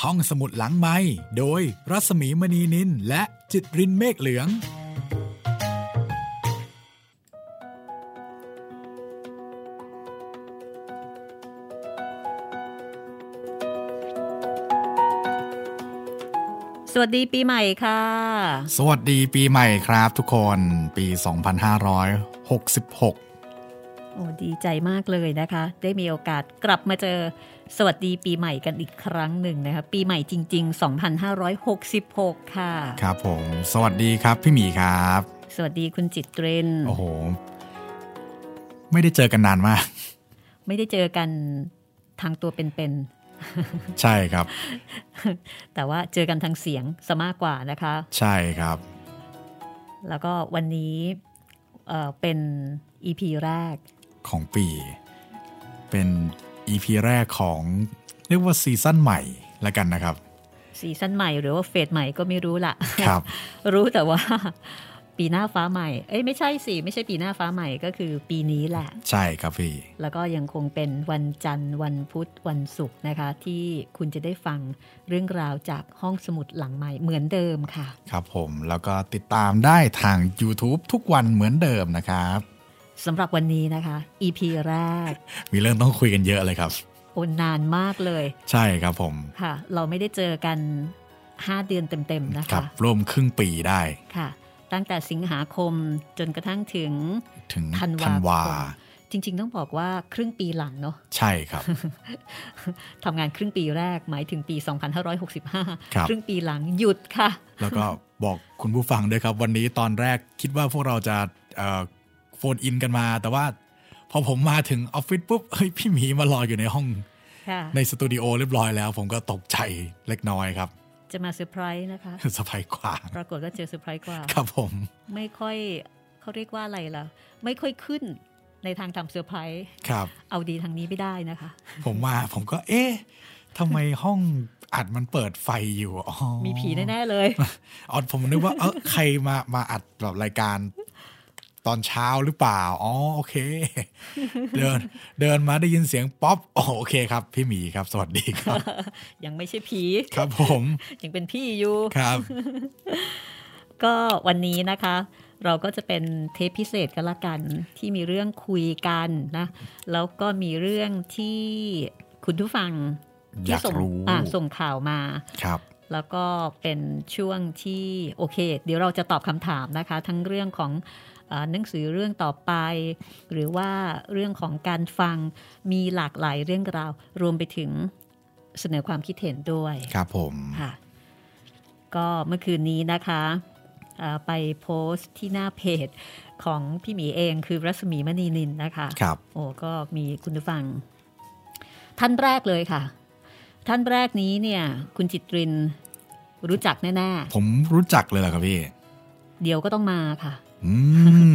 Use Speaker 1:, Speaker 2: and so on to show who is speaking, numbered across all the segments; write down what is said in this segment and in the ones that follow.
Speaker 1: ห้องสมุดหลังไม้โดยรัสมีมณีนินและจิตรินเมฆเหลือง
Speaker 2: สวัสดีปีใหม่ค่ะ
Speaker 1: สวัสดีปีใหม่ครับทุกคนปี 2566
Speaker 2: โอ้ดีใจมากเลยนะคะ ได้มีโอกาสกลับมาเจอสวัสดีปีใหม่กันอีกครั้งหนึ่งนะคะ ปีใหม่จริง ๆ 2566 ค่ะ
Speaker 1: ครับผม สวัสดีครับพี่หมีครับ
Speaker 2: สวัสดีคุณจิตเทรน
Speaker 1: โอ้โห ไม่ได้เจอกันนานมาก
Speaker 2: ไม่ได้เจอกันทางตัวเป็น
Speaker 1: ใช่ครับ
Speaker 2: ๆ แต่ว่าเจอกันทางเสียงซะมากกว่านะคะ
Speaker 1: ใช่ครับ
Speaker 2: แล้วก็วันนี้เอ่อเป็น EP แรก
Speaker 1: ของปี เป็น EP แรกของเรียกว่าซีซั่นใหม่ละกันนะครับ
Speaker 2: ซีซั่นใหม่หรือว่าเฟสใหม่ก็ไม่รู้ละ
Speaker 1: ครับ
Speaker 2: รู้แต่ว่า ปีหน้าฟ้าใหม่ เอ้ยไม่ใช่สิ ไม่ใช่ปีหน้าฟ้าใหม่ก็คือปีนี้แหละ
Speaker 1: ใช่ครับพี่
Speaker 2: แล้วก็ยังคงเป็นวันจันทร์วันพุธวันศุกร์นะคะ ที่คุณจะได้ฟังเรื่องราวจากห้องสมุดหลังใหม่เหมือนเดิมค่ะ
Speaker 1: ครับผมแล้วก็ติดตามได้ทาง YouTube ทุกวันเหมือนเดิมนะครับ
Speaker 2: สำหรับวันนี้นะคะ EP แรก
Speaker 1: มีเรื่องต้องคุยกันเยอะเลยครับ
Speaker 2: โอนนานมากเลย
Speaker 1: ใช่ครับผม
Speaker 2: ค่ะ เราไม่ได้เจอกัน 5 เดือนเต็มๆนะ
Speaker 1: กับ
Speaker 2: คะ
Speaker 1: ร่วมครึ่งปีได้
Speaker 2: ค่ะ ตั้งแต่สิงหาคมจนกระทั่งถึง
Speaker 1: ถึง
Speaker 2: ธันวาคม
Speaker 1: ธันวา
Speaker 2: จริง ๆ ต้องบอกว่าครึ่งปีหลังเนาะ
Speaker 1: ใช่ครับ
Speaker 2: ทำงานครึ่งปีแรกหมายถึงปี
Speaker 1: ครับ
Speaker 2: 2565 ครึ่งปีหลังหยุดค่ะ
Speaker 1: แล้วก็บอกคุณผู้ฟังด้วยครับ วันนี้ตอนแรกคิดว่าพวกเราจะโฟนอินกันมา แต่ว่า พอผมมาถึงออฟฟิศปุ๊บเฮ้ยพี่หมีมารออยู่ในห้อง
Speaker 2: ค่ะ
Speaker 1: ในสตูดิโอเรียบร้อยแล้วผมก็ตกใจเล็กน้อยครับ
Speaker 2: จะมาเซอร์ไพรส์นะคะ
Speaker 1: สบายกว่า
Speaker 2: ปรากฏว่าเจอเซอร์ไพรส์กว่า
Speaker 1: ครับผม
Speaker 2: ไม่ค่อยเขาเรียกว่าอะไรล่ะ ไม่ค่อยขึ้นในทางทำเซอร์ไพรส์
Speaker 1: ครับ
Speaker 2: เอาดีทางนี้ไม่ได้นะคะ
Speaker 1: ผมมาผมก็เอ๊ะทำไมห้องอัดมันเปิดไฟอยู่อ๋อ
Speaker 2: มีผีแน่ๆเลย
Speaker 1: อ๋อผมนึกว่าเออใครมามาอัดแบบรายการตอนเช้าหรือเปล่า อ๋อโอเค เดินเดินมาได้ยินเสียงป๊อปอ๋อโอเคครับ พี่หมีครับ สวัสดีครับ
Speaker 2: ยังไม่ใช่ผี
Speaker 1: ครับผม
Speaker 2: ยังเป็นพี่อยู่
Speaker 1: ครับ
Speaker 2: ก็วันนี้นะคะ เราก็จะเป็นเทปพิเศษกันละกัน ที่มีเรื่องคุยกันนะ แล้วก็มีเรื่องที่คุณผู้ฟัง
Speaker 1: อ
Speaker 2: ที่
Speaker 1: ยาก
Speaker 2: ส่ง
Speaker 1: รู้
Speaker 2: อ่ะส่งข่าวมา
Speaker 1: ครับ
Speaker 2: แล้วก็เป็นช่วงที่โอเค เดี๋ยวเราจะตอบคำถามนะคะ ทั้งเรื่องของเอ่อหนังสือเรื่องต่อไป หรือว่าเรื่องของการฟังมีหลากหลายเรื่องราว รวมไปถึงเสนอความคิดเห็นด้วย
Speaker 1: ครับผม
Speaker 2: ค่ะก็เมื่อคืนนี้นะคะเอ่อไปโพสต์ที่หน้าเพจของพี่หมีเองคือรัศมีมณีนินนะคะ
Speaker 1: ครับ
Speaker 2: โอ้ก็มีคุณผู้ฟัง ท่านแรกเลยค่ะ ท่านแรกนี้เนี่ย คุณจิตรินรู้จักแน่
Speaker 1: ผมรู้จักเลยเหรอครับพี่
Speaker 2: ๆ เดี๋ยวก็ต้องมาค่ะ
Speaker 1: อื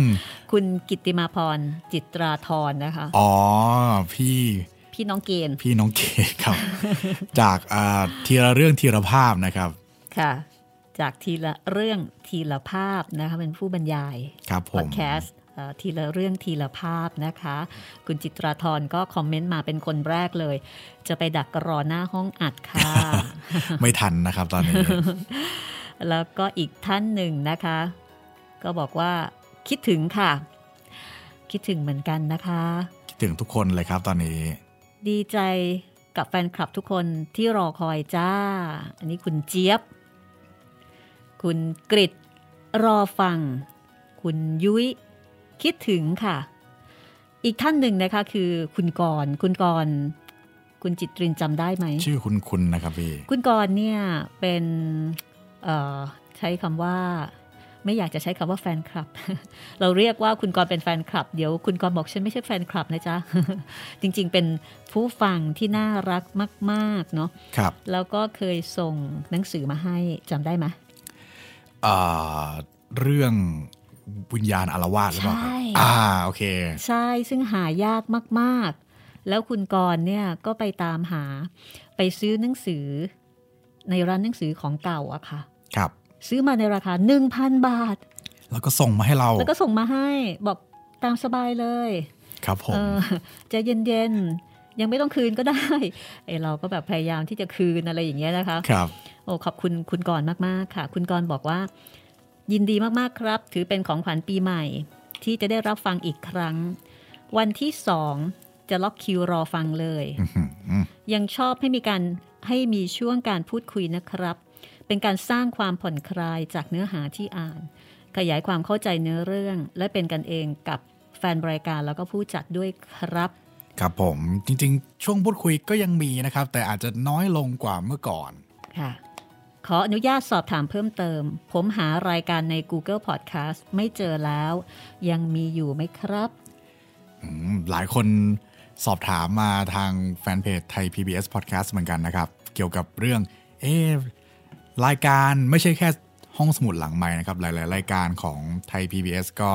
Speaker 1: ม
Speaker 2: คุณกิตติมาพรจิตราธรนะคะ
Speaker 1: อ๋อพี่
Speaker 2: พี่น้องเกณฑ์
Speaker 1: พี่น้องเกดครับ จากอ่าทีละเรื่องทีละภาพนะครับ
Speaker 2: ค่ะ จากทีละเรื่องทีละภาพนะคะ เป็นผู้บรรยาย
Speaker 1: ครับผ
Speaker 2: พอ
Speaker 1: ม
Speaker 2: ดแคสต์เอ่อทีละเรื่องทีละภาพนะคะ คุณจิตราธรก็คอมเมนต์มาเป็นคนแรกเลย จะไปดักรอหน้าห้องอัดค่ะ
Speaker 1: ไม่ทันนะครับตอนนี้
Speaker 2: แล้วก็อีกท่านหนึ่งนะคะ ก็บอกว่าคิดถึงค่ะ คิดถึงเหมือนกันนะคะ
Speaker 1: คิดถึงทุกคนเลยครับตอนนี้
Speaker 2: ดีใจกับแฟนคลับทุกคนที่รอคอยจ้า อันนี้คุณเจี๊ยบ คุณกริดรอฟัง คุณยุ้ยคิดถึงค่ะ อีกท่านหนึ่งนะคะคือคุณกรณ์คุณกรณ์คุณจิตรินจำได้ไหม
Speaker 1: ชื่อคุณคุณนะครับพี่
Speaker 2: คุณกรณ์เนี่ยเป็นเอ่อใช้คำว่า ไม่อยากจะใช้คำว่าแฟนคลับ เราเรียกว่าคุณกรณ์เป็นแฟนคลับ เดี๋ยวคุณกรณ์บอกฉันไม่ใช่แฟนคลับนะจ๊ะ จริงๆเป็นผู้ฟังที่น่ารักมากๆเนาะ
Speaker 1: ครับ
Speaker 2: แล้วก็เคยส่งหนังสือมาให้จำได้ไหม
Speaker 1: อ่าเรื่องวิญญาณอารวาสหรือเปล่าครับ
Speaker 2: ใช่
Speaker 1: อ่าโอเค
Speaker 2: ใช่ซึ่งหายากมากๆ แล้วคุณกรณ์เนี่ยก็ไปตามหาไปซื้อหนังสือ ในร้านหนังสือของเก่าอะค่ะ
Speaker 1: ครับ
Speaker 2: ซื้อมาในราคา 1,000 บาท
Speaker 1: แล้วก็ส่งมาให้เรา
Speaker 2: แล้วก็ส่งมาให้บอกตามสบายเลย
Speaker 1: ครับผ
Speaker 2: เอ
Speaker 1: ม
Speaker 2: อใจะเย็น ยังไม่ต้องคืนก็ได้ ไอเราก็แบบพยายามที่จะคืนอะไรอย่างเงี้ยนะคะ
Speaker 1: ครับ
Speaker 2: โอ้ขอบคุณคุณกรณ์มาก ๆ ค่ะ คุณกรณ์บอกว่า ยินดีมาก ๆ ครับ ถือเป็นของขวัญปีใหม่ ที่จะได้รับฟังอีกครั้ง วันที่สองจะล็อกคิวรอฟังเลย
Speaker 1: อื้อหือ
Speaker 2: ยังชอบให้มีการให้มีช่วงการพูดคุยนะครับ เป็นการสร้างความผ่อนคลายจากเนื้อหาที่อ่าน ขยายความเข้าใจเนื้อเรื่อง และเป็นกันเองกับแฟนรายการแล้วก็ผู้จัดด้วยครับ
Speaker 1: ครับผมจริงๆ ช่วงพูดคุยก็ยังมีนะครับ แต่อาจจะน้อยลงกว่าเมื่อก่อน
Speaker 2: ค่ะ ขออนุญาตสอบถามเพิ่มเติม ผมหารายการใน Google Podcast ไม่เจอแล้ว ยังมีอยู่ไหมครับ
Speaker 1: อืมหลายคนสอบถามมาทางแฟนเพจไทย PBS Podcast เหมือนกันนะครับ เกี่ยวกับเรื่อง เอะรายการไม่ใช่แค่ห้องสมุดหลังใหม่นะครับ หลาย ๆ รายการของไทย PBS ก็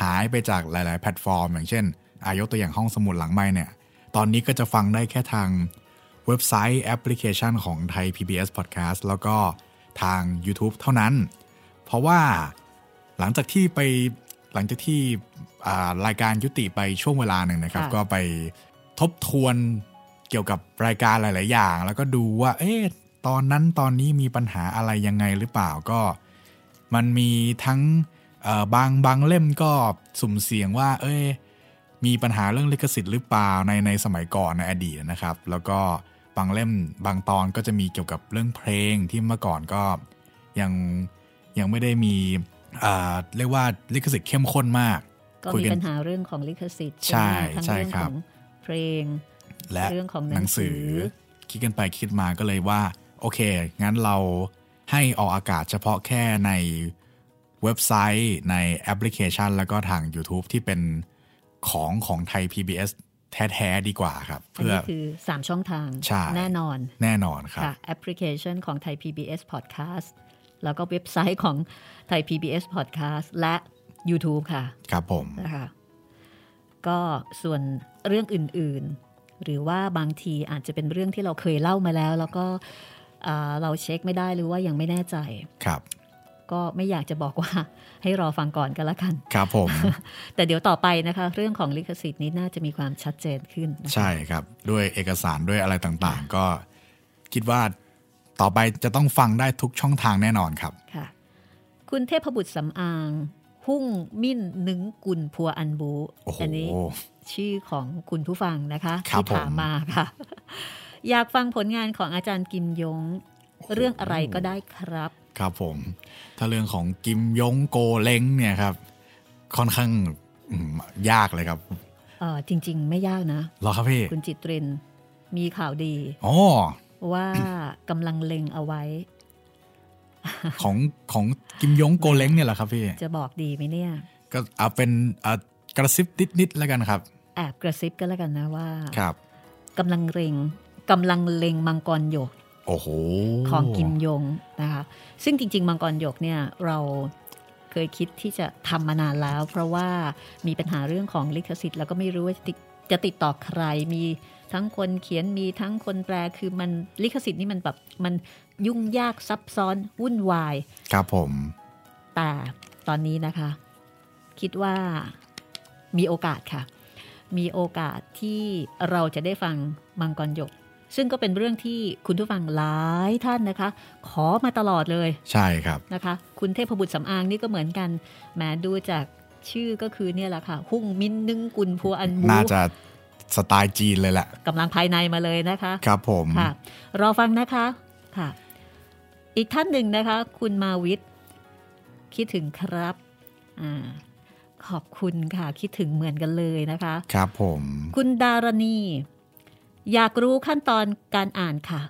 Speaker 1: หายไปจากหลาย ๆ แพลตฟอร์ม อย่างเช่น อายกตัวอย่างห้องสมุดหลังใหม่เนี่ย ตอนนี้ก็จะฟังได้แค่ทางเว็บไซต์แอปพลิเคชันของไทย PBS Podcast แล้วก็ทาง YouTube เท่านั้น เพราะว่าหลังจากที่ไปหลังจากที่อ่ารายการยุติไปช่วงเวลาหนึ่งนะครับ
Speaker 2: ค่ะ
Speaker 1: ก็ไปทบทวนเกี่ยวกับรายการหลาย ๆ อย่าง แล้วก็ดูว่า เอ๊ะตอนนั้นตอนนี้มีปัญหาอะไรยังไงหรือเปล่าก็ มันมีทั้งเอ่อบางบางเล่มก็สุ่มเสี่ยงว่า เอ้ยมีปัญหาเรื่องลิขสิทธิ์หรือเปล่าในในสมัยก่อนในอดีตนะครับ แล้วก็บางเล่มบางตอนก็จะมีเกี่ยวกับเรื่องเพลงที่เมื่อก่อนก็ยังยังไม่ได้มีอ่าเรียกว่าลิขสิทธิ์เข้มข้นมาก
Speaker 2: ก็
Speaker 1: คุย
Speaker 2: มี
Speaker 1: กัน
Speaker 2: ปัญหาเรื่องของลิขสิทธิ์
Speaker 1: ใช่
Speaker 2: ไหมทั้ง
Speaker 1: ใช่
Speaker 2: เรื่อง
Speaker 1: ครั
Speaker 2: ข
Speaker 1: บ
Speaker 2: องเพลง
Speaker 1: และ
Speaker 2: เรื่องของหนังสือ
Speaker 1: คิดกันไปคิดมาก็เลยว่า โอเค งั้นเราให้ออกอากาศเฉพาะแค่ในเว็บไซต์ในแอปพลิเคชัน แล้วก็ทาง YouTube ที่เป็นของของไทย PBS แท้ๆดีกว่าครับ
Speaker 2: อัน
Speaker 1: เพื่อ
Speaker 2: นี้คือ 3 ช่องทาง
Speaker 1: ใช่
Speaker 2: แน่นอน
Speaker 1: แน่นอนครับ
Speaker 2: ค่ะแอปพลิเคชันของไทย PBS Podcast แล้วก็เว็บไซต์ของไทย PBS Podcast และ YouTube ค่ะ
Speaker 1: ครับผม
Speaker 2: นะคะก็ส่วนเรื่องอื่นๆ หรือว่าบางทีอาจจะเป็นเรื่องที่เราเคยเล่ามาแล้ว แล้วก็อ่าเราเช็คไม่ได้หรือว่ายังไม่แน่ใจ
Speaker 1: ครับ
Speaker 2: ก็ไม่อยากจะบอกว่า ให้รอฟังก่อนก็แล้วกัน
Speaker 1: ครับผม
Speaker 2: แต่เดี๋ยวต่อไปนะคะ เรื่องของลิขสิทธิ์นี้น่าจะมีความชัดเจนขึ้นนะคะ
Speaker 1: ใช่ครับ ด้วยเอกสารด้วยอะไรต่างๆ ก็คิดว่าต่อไปจะต้องฟังได้ทุกช่องทางแน่นอนครับ
Speaker 2: ค่ะ คุณเทพบุตรสำอาง หุ่งมิ่นหนึ่งกุลพัวอันบู
Speaker 1: โอ้โห
Speaker 2: อันี้ ชื่อของคุณผู้ฟังนะคะ
Speaker 1: ครับ
Speaker 2: ที่ถาม
Speaker 1: ผม
Speaker 2: มาค่ะ อยากฟังผลงานของอาจารย์กิมยง เรื่องอะไรก็ได้ครับ
Speaker 1: ครับผม ถ้าเรื่องของกิมยงโกเล้งเนี่ยครับ ค่อนข้างอืมยากเลยครับ
Speaker 2: เออจริง ๆ ไม่ยากนะ
Speaker 1: เหรอครับพี่
Speaker 2: คุณจิตรินมีข่าวดี
Speaker 1: โอ้
Speaker 2: ว่ากำลังเล็งเอาไว้
Speaker 1: ของของกิมยงโกเล้งเนี่ยเหรอครับพี่
Speaker 2: จะบอกดีไหมเนี่ย
Speaker 1: ก็เอาเป็นเอากระซิบนิดๆแล้วกันครับ
Speaker 2: แอบกระซิบก็แล้วกันนะว่า
Speaker 1: ครับ
Speaker 2: กำลังเล็งกำลังเล็งมังกรหยก
Speaker 1: โอ้โห
Speaker 2: ของกิมยงนะคะซึ่งจริง ๆ มังกรหยกเนี่ยเราเคยคิดที่จะทำมานานแล้ว เพราะว่ามีปัญหาเรื่องของลิขสิทธิ์ แล้วก็ไม่รู้ว่าจะติดจะติดต่อใครมีทั้งคนเขียนมีทั้งคนแปลคือมันลิขสิทธิ์นี่มันแบบมันยุ่งยากซับซ้อนวุ่นวาย
Speaker 1: ครับผม
Speaker 2: แต่ตอนนี้นะคะ คิดว่ามีโอกาสค่ะ มีโอกาสที่เราจะได้ฟังมังกรหยก ซึ่งก็เป็นเรื่องที่คุณผู้ฟังหลายท่านนะคะ ขอมาตลอดเลย
Speaker 1: ใช่ครับ
Speaker 2: นะคะ คุณเทพบุตรสำอางนี่ก็เหมือนกันแหมดูจากชื่อก็คือเนี่ยแหละค่ะ หุ่งมินนึงกุลพัวอันมู
Speaker 1: น่าจะสไตล์จีนเลยแหละ
Speaker 2: กำลังภายในมาเลยนะคะ
Speaker 1: ครับผม
Speaker 2: ค่ะ รอฟังนะคะค่ะ อีกท่านหนึ่งนะคะ คุณมาวิทย์คิดถึงครับอาขอบคุณค่ะ คิดถึงเหมือนกันเลยนะคะ
Speaker 1: ครับผม
Speaker 2: คุณดารณี อยากรู้ขั้นตอนการอ่านค่ะ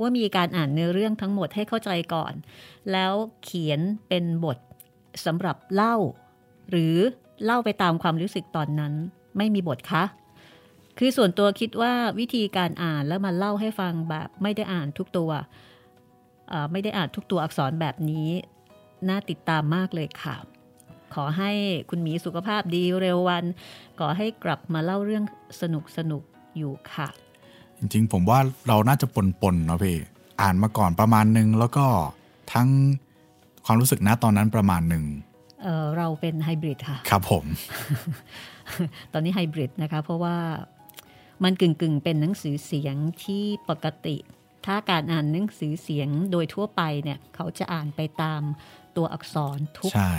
Speaker 2: ว่ามีการอ่านเนื้อเรื่องทั้งหมดให้เข้าใจก่อน แล้วเขียนเป็นบทสำหรับเล่า หรือเล่าไปตามความรู้สึกตอนนั้น ไม่มีบทคะ คือส่วนตัวคิดว่าวิธีการอ่านแล้วมาเล่าให้ฟังแบบไม่ได้อ่านทุกตัวเอ่อไม่ได้อ่านทุกตัวอักษรแบบนี้ น่าติดตามมากเลยค่ะ ขอให้คุณหมีสุขภาพดีเร็ววัน ขอให้กลับมาเล่าเรื่องสนุกสนุกๆอยู่ค่ะ
Speaker 1: จริงๆผมว่าเราน่าจะปนๆเนาะพี่อ่านมาก่อนประมาณหนึ่งแล้วก็ทั้งความรู้สึกนะตอนนั้นประมาณหนึ่ง
Speaker 2: เอ่อเราเป็นไฮบริดค่ะ
Speaker 1: ครับผม
Speaker 2: ตอนนี้ไฮบริดนะคะ เพราะว่า มันกึ่งกึ่งๆเป็นหนังสือเสียงที่ปกติ ถ้าการอ่านหนังสือเสียงโดยทั่วไปเนี่ยเขาจะอ่านไปตามตัวอักษรทุก
Speaker 1: ใช่
Speaker 2: ค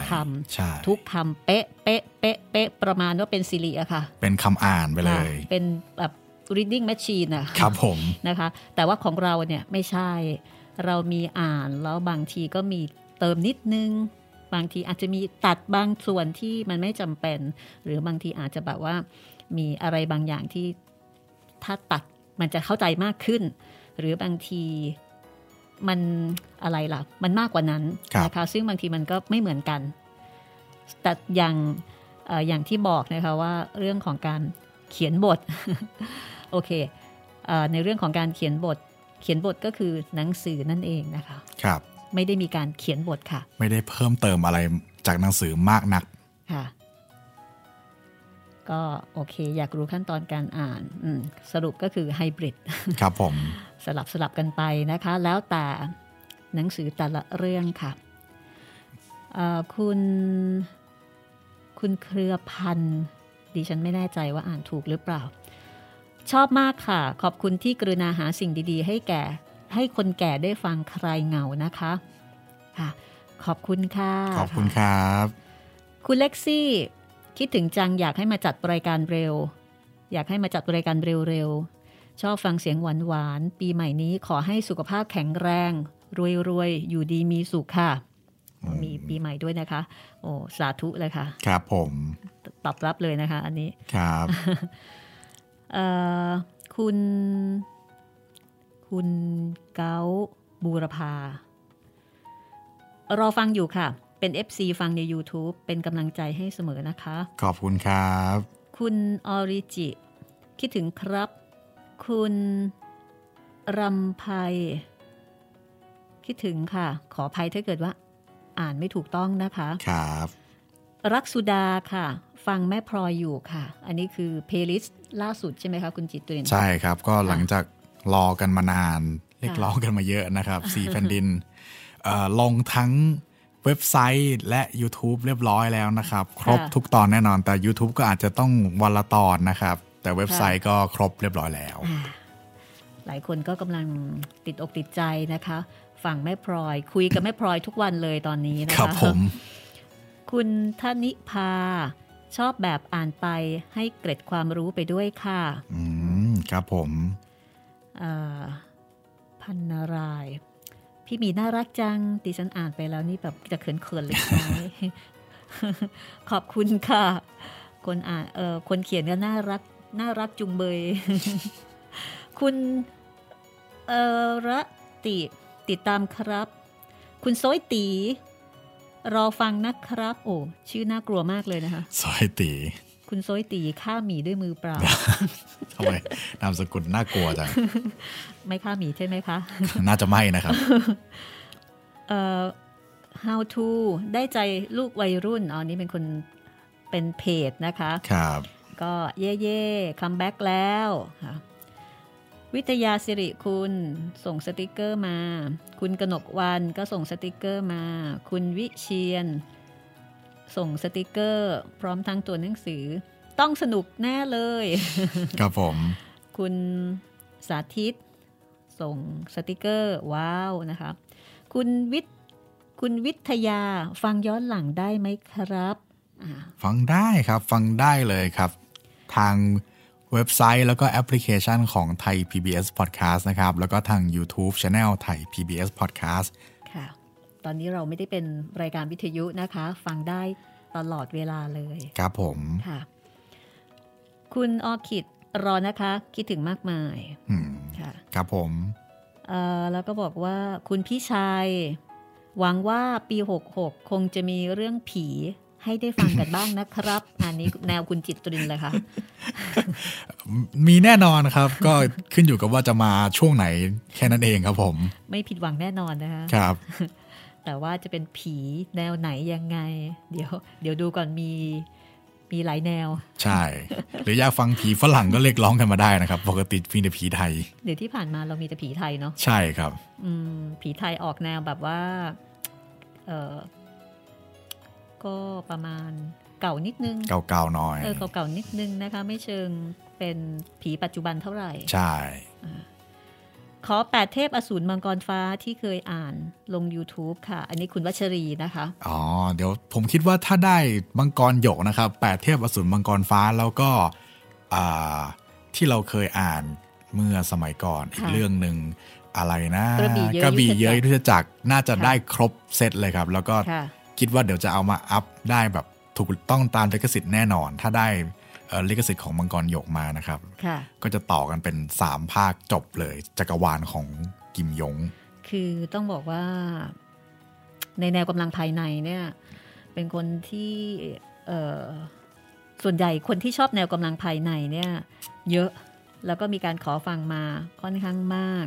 Speaker 1: ใช่
Speaker 2: ำทุกคำเป๊ะเป๊ะเป๊ะเป๊ะประมาณว่าเป็นสิริอะค่ะ
Speaker 1: เป็นคำอ่านไปเล
Speaker 2: ค่ะ
Speaker 1: ย
Speaker 2: เป็นแบบ reading machine อะะ
Speaker 1: ครับผม
Speaker 2: นะคะแต่ว่าของเราเนี่ยไม่ใช่ เรามีอ่านแล้วบางทีก็มีเติมนิดนึง บางทีอาจจะมีตัดบางส่วนที่มันไม่จำเป็น หรือบางทีอาจจะแบบว่ามีอะไรบางอย่างที่ถ้าตัดมันจะเข้าใจมากขึ้น หรือบางทีมันอะไรล่ะ มันมากกว่านั้นนะคะซึ่งบางทีมันก็ไม่เหมือนกัน แต่อย่างเอ่ออย่างที่บอกนะคะว่าเรื่องของการเขียนบท โอเค เอ่อในเรื่องของการเขียนบท เขียนบทก็คือหนังสือนั่นเองนะคะ
Speaker 1: ครับ
Speaker 2: ไม่ได้มีการเขียนบทค่ะ
Speaker 1: ไม่ได้เพิ่มเติมอะไรจากหนังสือมากนัก
Speaker 2: ค่ะ ก็โอเค อยากรู้ขั้นตอนการอ่านอืมสรุปก็คือไฮบริด
Speaker 1: ครับผม
Speaker 2: สลับสลับกันไปนะคะ แล้วแต่หนังสือแต่ละเรื่องค่ะเอ่อคุณคุณเครือพันธ์ดิฉันไม่แน่ใจว่าอ่านถูกหรือเปล่า ชอบมากค่ะ ขอบคุณที่กรุณาหาสิ่งดีๆ ให้แก่ ให้คนแก่ได้ฟังใครเหงานะคะค่ะ ขอบคุณค่ะ
Speaker 1: ขอบคุณครับ
Speaker 2: คุณเล็กซี่คิดถึงจังอยากให้มาจัดรายการเร็ว อยากให้มาจัดรายการเร็วๆ ชอบฟังเสียงหวานหวานๆปีใหม่นี้ขอให้สุขภาพแข็งแรง รวยๆ อยู่ดีมีสุขค่ะ มีปีใหม่ด้วยนะคะ โอ้สาธุเลยค่ะ
Speaker 1: ครับผม
Speaker 2: ตอบรับเลยนะคะ อันนี้
Speaker 1: ครับ
Speaker 2: เอ่อคุณ คุณเกาบูรพารอฟังอยู่ค่ะ เป็น FC ฟังใน YouTube เป็นกำลังใจให้เสมอนะคะ
Speaker 1: ขอบคุณครับ
Speaker 2: คุณออริจิ คิดถึงครับ คุณรำไพคิดถึงค่ะ ขออภัยถ้าเกิดว่า อ่านไม่ถูกต้องนะคะ
Speaker 1: ครับ
Speaker 2: รักสุดาค่ะ ฟังแม่พลอยอยู่ค่ะ อันนี้คือเพลย์ลิสต์ล่าสุดใช่ไหมคะคุณจิตริน
Speaker 1: ใช่ครับก็หลังจากรอกันมานาน เรียก
Speaker 2: ค่ะ
Speaker 1: ร้องกันมาเยอะนะครับสี่แผ่นดินเอ่อลงทั้งเว็บไซต์และ YouTube เรียบร้อยแล้วนะครับ ครบทุกตอนแน่นอนแต่ YouTube ก็อาจจะต้องวันละตอนนะครับ แต่เว็บไซต์ก็ครบเรียบร้อยแล้ว
Speaker 2: อ่าหลายคนก็กำลังติดอกติดใจนะคะ ฟังแม่พลอย คุยกับแม่พลอยทุกวันเลยตอนนี้นะคะ
Speaker 1: ครับผม
Speaker 2: คุณธนิพา ชอบแบบอ่านไปให้เกร็ดความรู้ไปด้วยค่ะ
Speaker 1: อืมครับผม
Speaker 2: เอ่อพันนารายณ์พี่หมีน่ารักจังดิฉันอ่านไปแล้วนี่แบบจะเขินๆเล็กน้อย ขอบคุณค่ะ คนอ่านเอ่อคนเขียนก็น่ารักน่ารักจุงเบย คุณเออระติติดตามครับ คุณโซยตี รอฟังนะครับ โอ้ชื่อน่ากลัวมากเลยนะคะ
Speaker 1: สวยตี
Speaker 2: คุณโซยตีฆ่าหมีด้วยมือเปล่า
Speaker 1: ทำไมนามสกุลน่ากลัวจัง
Speaker 2: ไม่ฆ่าหมีใช่ไหมคะ
Speaker 1: น่าจะไม่นะครับ
Speaker 2: เอ่อ how to ได้ใจลูกวัยรุ่นอ๋อนี่เป็นคนเป็นเพจนะคะ
Speaker 1: ครับ
Speaker 2: ก็เย่เย่คัมแบ็กแล้วค่ะวิทยาสิริคุณส่งสติกเกอร์มา คุณกนกวันก็ส่งสติกเกอร์มา คุณวิเชียน ส่งสติกเกอร์ พร้อมทั้งตัวหนังสือ ต้องสนุกแน่เลย
Speaker 1: ครับผม
Speaker 2: คุณสาธิต ส่งสติกเกอร์ ว้าวนะคะ คุณวิทย์คุณวิทยาฟังย้อนหลังได้ไหมครับอ่า
Speaker 1: ฟังได้ครับฟังได้เลยครับ ทางเว็บไซต์แล้วก็แอปพลิเคชันของไทย PBS Podcast นะครับ แล้วก็ทาง YouTube Channel ไทย PBS Podcast
Speaker 2: ค่ะ ตอนนี้เราไม่ได้เป็นรายการวิทยุนะคะ ฟังได้ตลอดเวลาเลย
Speaker 1: ครับผม
Speaker 2: ค่ะ คุณออคิดรอนะคะ คิดถึงมากมาย
Speaker 1: อืม
Speaker 2: ค่ะ
Speaker 1: ครับผม
Speaker 2: เอ่อแล้วก็บอกว่าคุณพี่ชาย หวังว่าปี 66 คงจะมีเรื่องผีให้ได้ฟังกันบ้างนะครับ อันนี้แนวคุณจิตตรินเลยค่ะ
Speaker 1: มีแน่นอนครับ ก็ขึ้นอยู่กับว่าจะมาช่วงไหนแค่นั้นเองครับผม
Speaker 2: ไม่ผิดหวังแน่นอนนะคะ
Speaker 1: ครับ
Speaker 2: แต่ว่าจะเป็นผีแนวไหนยังไง เดี๋ยว เดี๋ยวดูก่อนมี มีหลายแนว
Speaker 1: ใช่ หรืออยากฟังผีฝรั่งก็เรียกร้องกันมาได้นะครับ ปกติมีแต่ผีไทย
Speaker 2: เดี๋ยวที่ผ่านมาเรามีแต่ผีไทยเนาะ
Speaker 1: ใช่ครับ
Speaker 2: อืมผีไทยออกแนวแบบว่า เออก็ประมาณเก่านิดนึง
Speaker 1: เก่าๆหน่อย
Speaker 2: เออเก่าๆนิดนึงนะคะ ไม่เชิง เป็นผีปัจจุบันเท่าไหร่
Speaker 1: ใช่
Speaker 2: ขอแปดเทพอสูรมังกรฟ้าที่เคยอ่านลง YouTube ค่ะ อันนี้คุณวัชรีนะคะ
Speaker 1: อ๋อ เดี๋ยวผมคิดว่าถ้าได้มังกรหยกนะครับแปดเทพอสูรมังกรฟ้าแล้วก็อ่าที่เราเคยอ่านเมื่อสมัยก่อนอีก
Speaker 2: ค่ะ
Speaker 1: เรื่องหนึ่งอะไรนะ
Speaker 2: กระบี่เย
Speaker 1: เยอะ
Speaker 2: อะยุ
Speaker 1: ยุท
Speaker 2: ท
Speaker 1: ธ
Speaker 2: ธจั
Speaker 1: จัก
Speaker 2: ก
Speaker 1: ร
Speaker 2: ร
Speaker 1: น่าจะ
Speaker 2: ค่ะ
Speaker 1: ได้ครบเซตเลยครับ แล้วก็
Speaker 2: ค่ะ
Speaker 1: คิดว่าเดี๋ยวจะเอามาอัพได้แบบถูกต้องตามลิขสิทธิ์แน่นอน ถ้าได้เอ่อลิขสิทธิ์ของมังกรหยกมานะครับ
Speaker 2: ค่ะ
Speaker 1: ก็จะต่อกันเป็นสามภาคจบเลยจักรวาลของกิมยง
Speaker 2: คือต้องบอกว่าในแนวกำลังภายในเนี่ย เป็นคนที่เอ่อส่วนใหญ่คนที่ชอบแนวกำลังภายในเนี่ย เยอะแล้วก็มีการขอฟังมาค่อนข้างมาก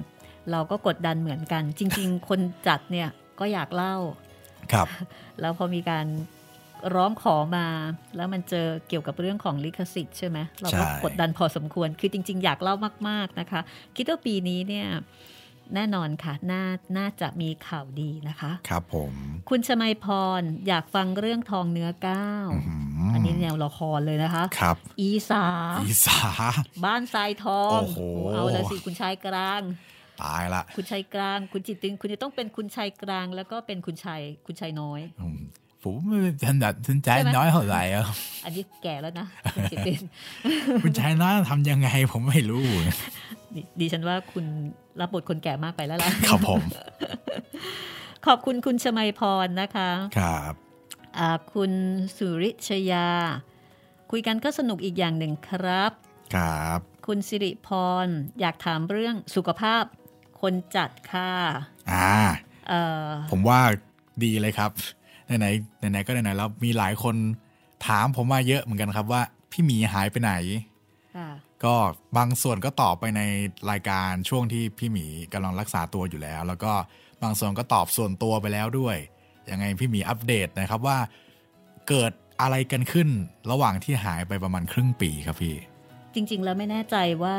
Speaker 2: เราก็กดดันเหมือนกัน จริง ๆ คนจัดเนี่ยก็อยากเล่า
Speaker 1: ครับ
Speaker 2: แล้วพอมีการร้องขอมา แล้วมันเจอเกี่ยวกับเรื่องของลิขสิทธิ์ใช่ไหมเราก็
Speaker 1: ใช่
Speaker 2: กดดันพอสมควรคือจริง ๆ อยากเล่ามาก ๆนะคะ คิดว่าปีนี้เนี่ยแน่นอนค่ะน่าน่าจะมีข่าวดีนะคะ
Speaker 1: ครับผม
Speaker 2: คุณชมัยพรอยากฟังเรื่องทองเนื้อก้าว
Speaker 1: อื้อหือ
Speaker 2: อันนี้แนวละครเลยนะคะ
Speaker 1: ครับ
Speaker 2: อีสา
Speaker 1: อีสา
Speaker 2: บ้านทรายทอง
Speaker 1: โอ้โห
Speaker 2: เอาละสิคุณชายกลาง
Speaker 1: ตายละ
Speaker 2: คุณชายกลาง คุณจิตติง คุณจะต้องเป็นคุณชายกลาง แล้วก็เป็นคุณชายคุณชายน้อย
Speaker 1: อืมผมไม่ถนัดสนใจ
Speaker 2: ใช่ไหม
Speaker 1: น้อยเท่าไหร่อะ
Speaker 2: อันนี้แก่แล้วนะคุณจิตติง
Speaker 1: คุณชายน้อยทำยังไงผมไม่รู้
Speaker 2: ดิดิฉันว่าคุณรับบทคนแก่มากไปแล้วล่ะ
Speaker 1: ครับผม
Speaker 2: ขอบคุณคุณชมัยพรนะคะ
Speaker 1: ครับ
Speaker 2: อ่าคุณสุริชยา คุยกันก็สนุกอีกอย่างหนึ่งครับ
Speaker 1: ครับ
Speaker 2: คุณสิริพร อยากถามเรื่องสุขภาพคนจัดค่ะ
Speaker 1: อ่า
Speaker 2: เอ่อ
Speaker 1: ผมว่าดีเลยครับ ไหนๆไหนๆก็ไหนๆแล้วมีหลายคนถามผมมาเยอะเหมือนกันครับว่า พี่หมีหายไปไหน
Speaker 2: ค่ะ
Speaker 1: ก็บางส่วนก็ตอบไปในรายการช่วงที่พี่หมีกำลังรักษาตัวอยู่แล้ว แล้วก็บางส่วนก็ตอบส่วนตัวไปแล้วด้วยยังไงพี่หมีอัปเดตนะครับว่า เกิดอะไรกันขึ้นระหว่างที่หายไปประมาณครึ่งปีครับพี่
Speaker 2: จริง ๆ แล้วไม่แน่ใจว่า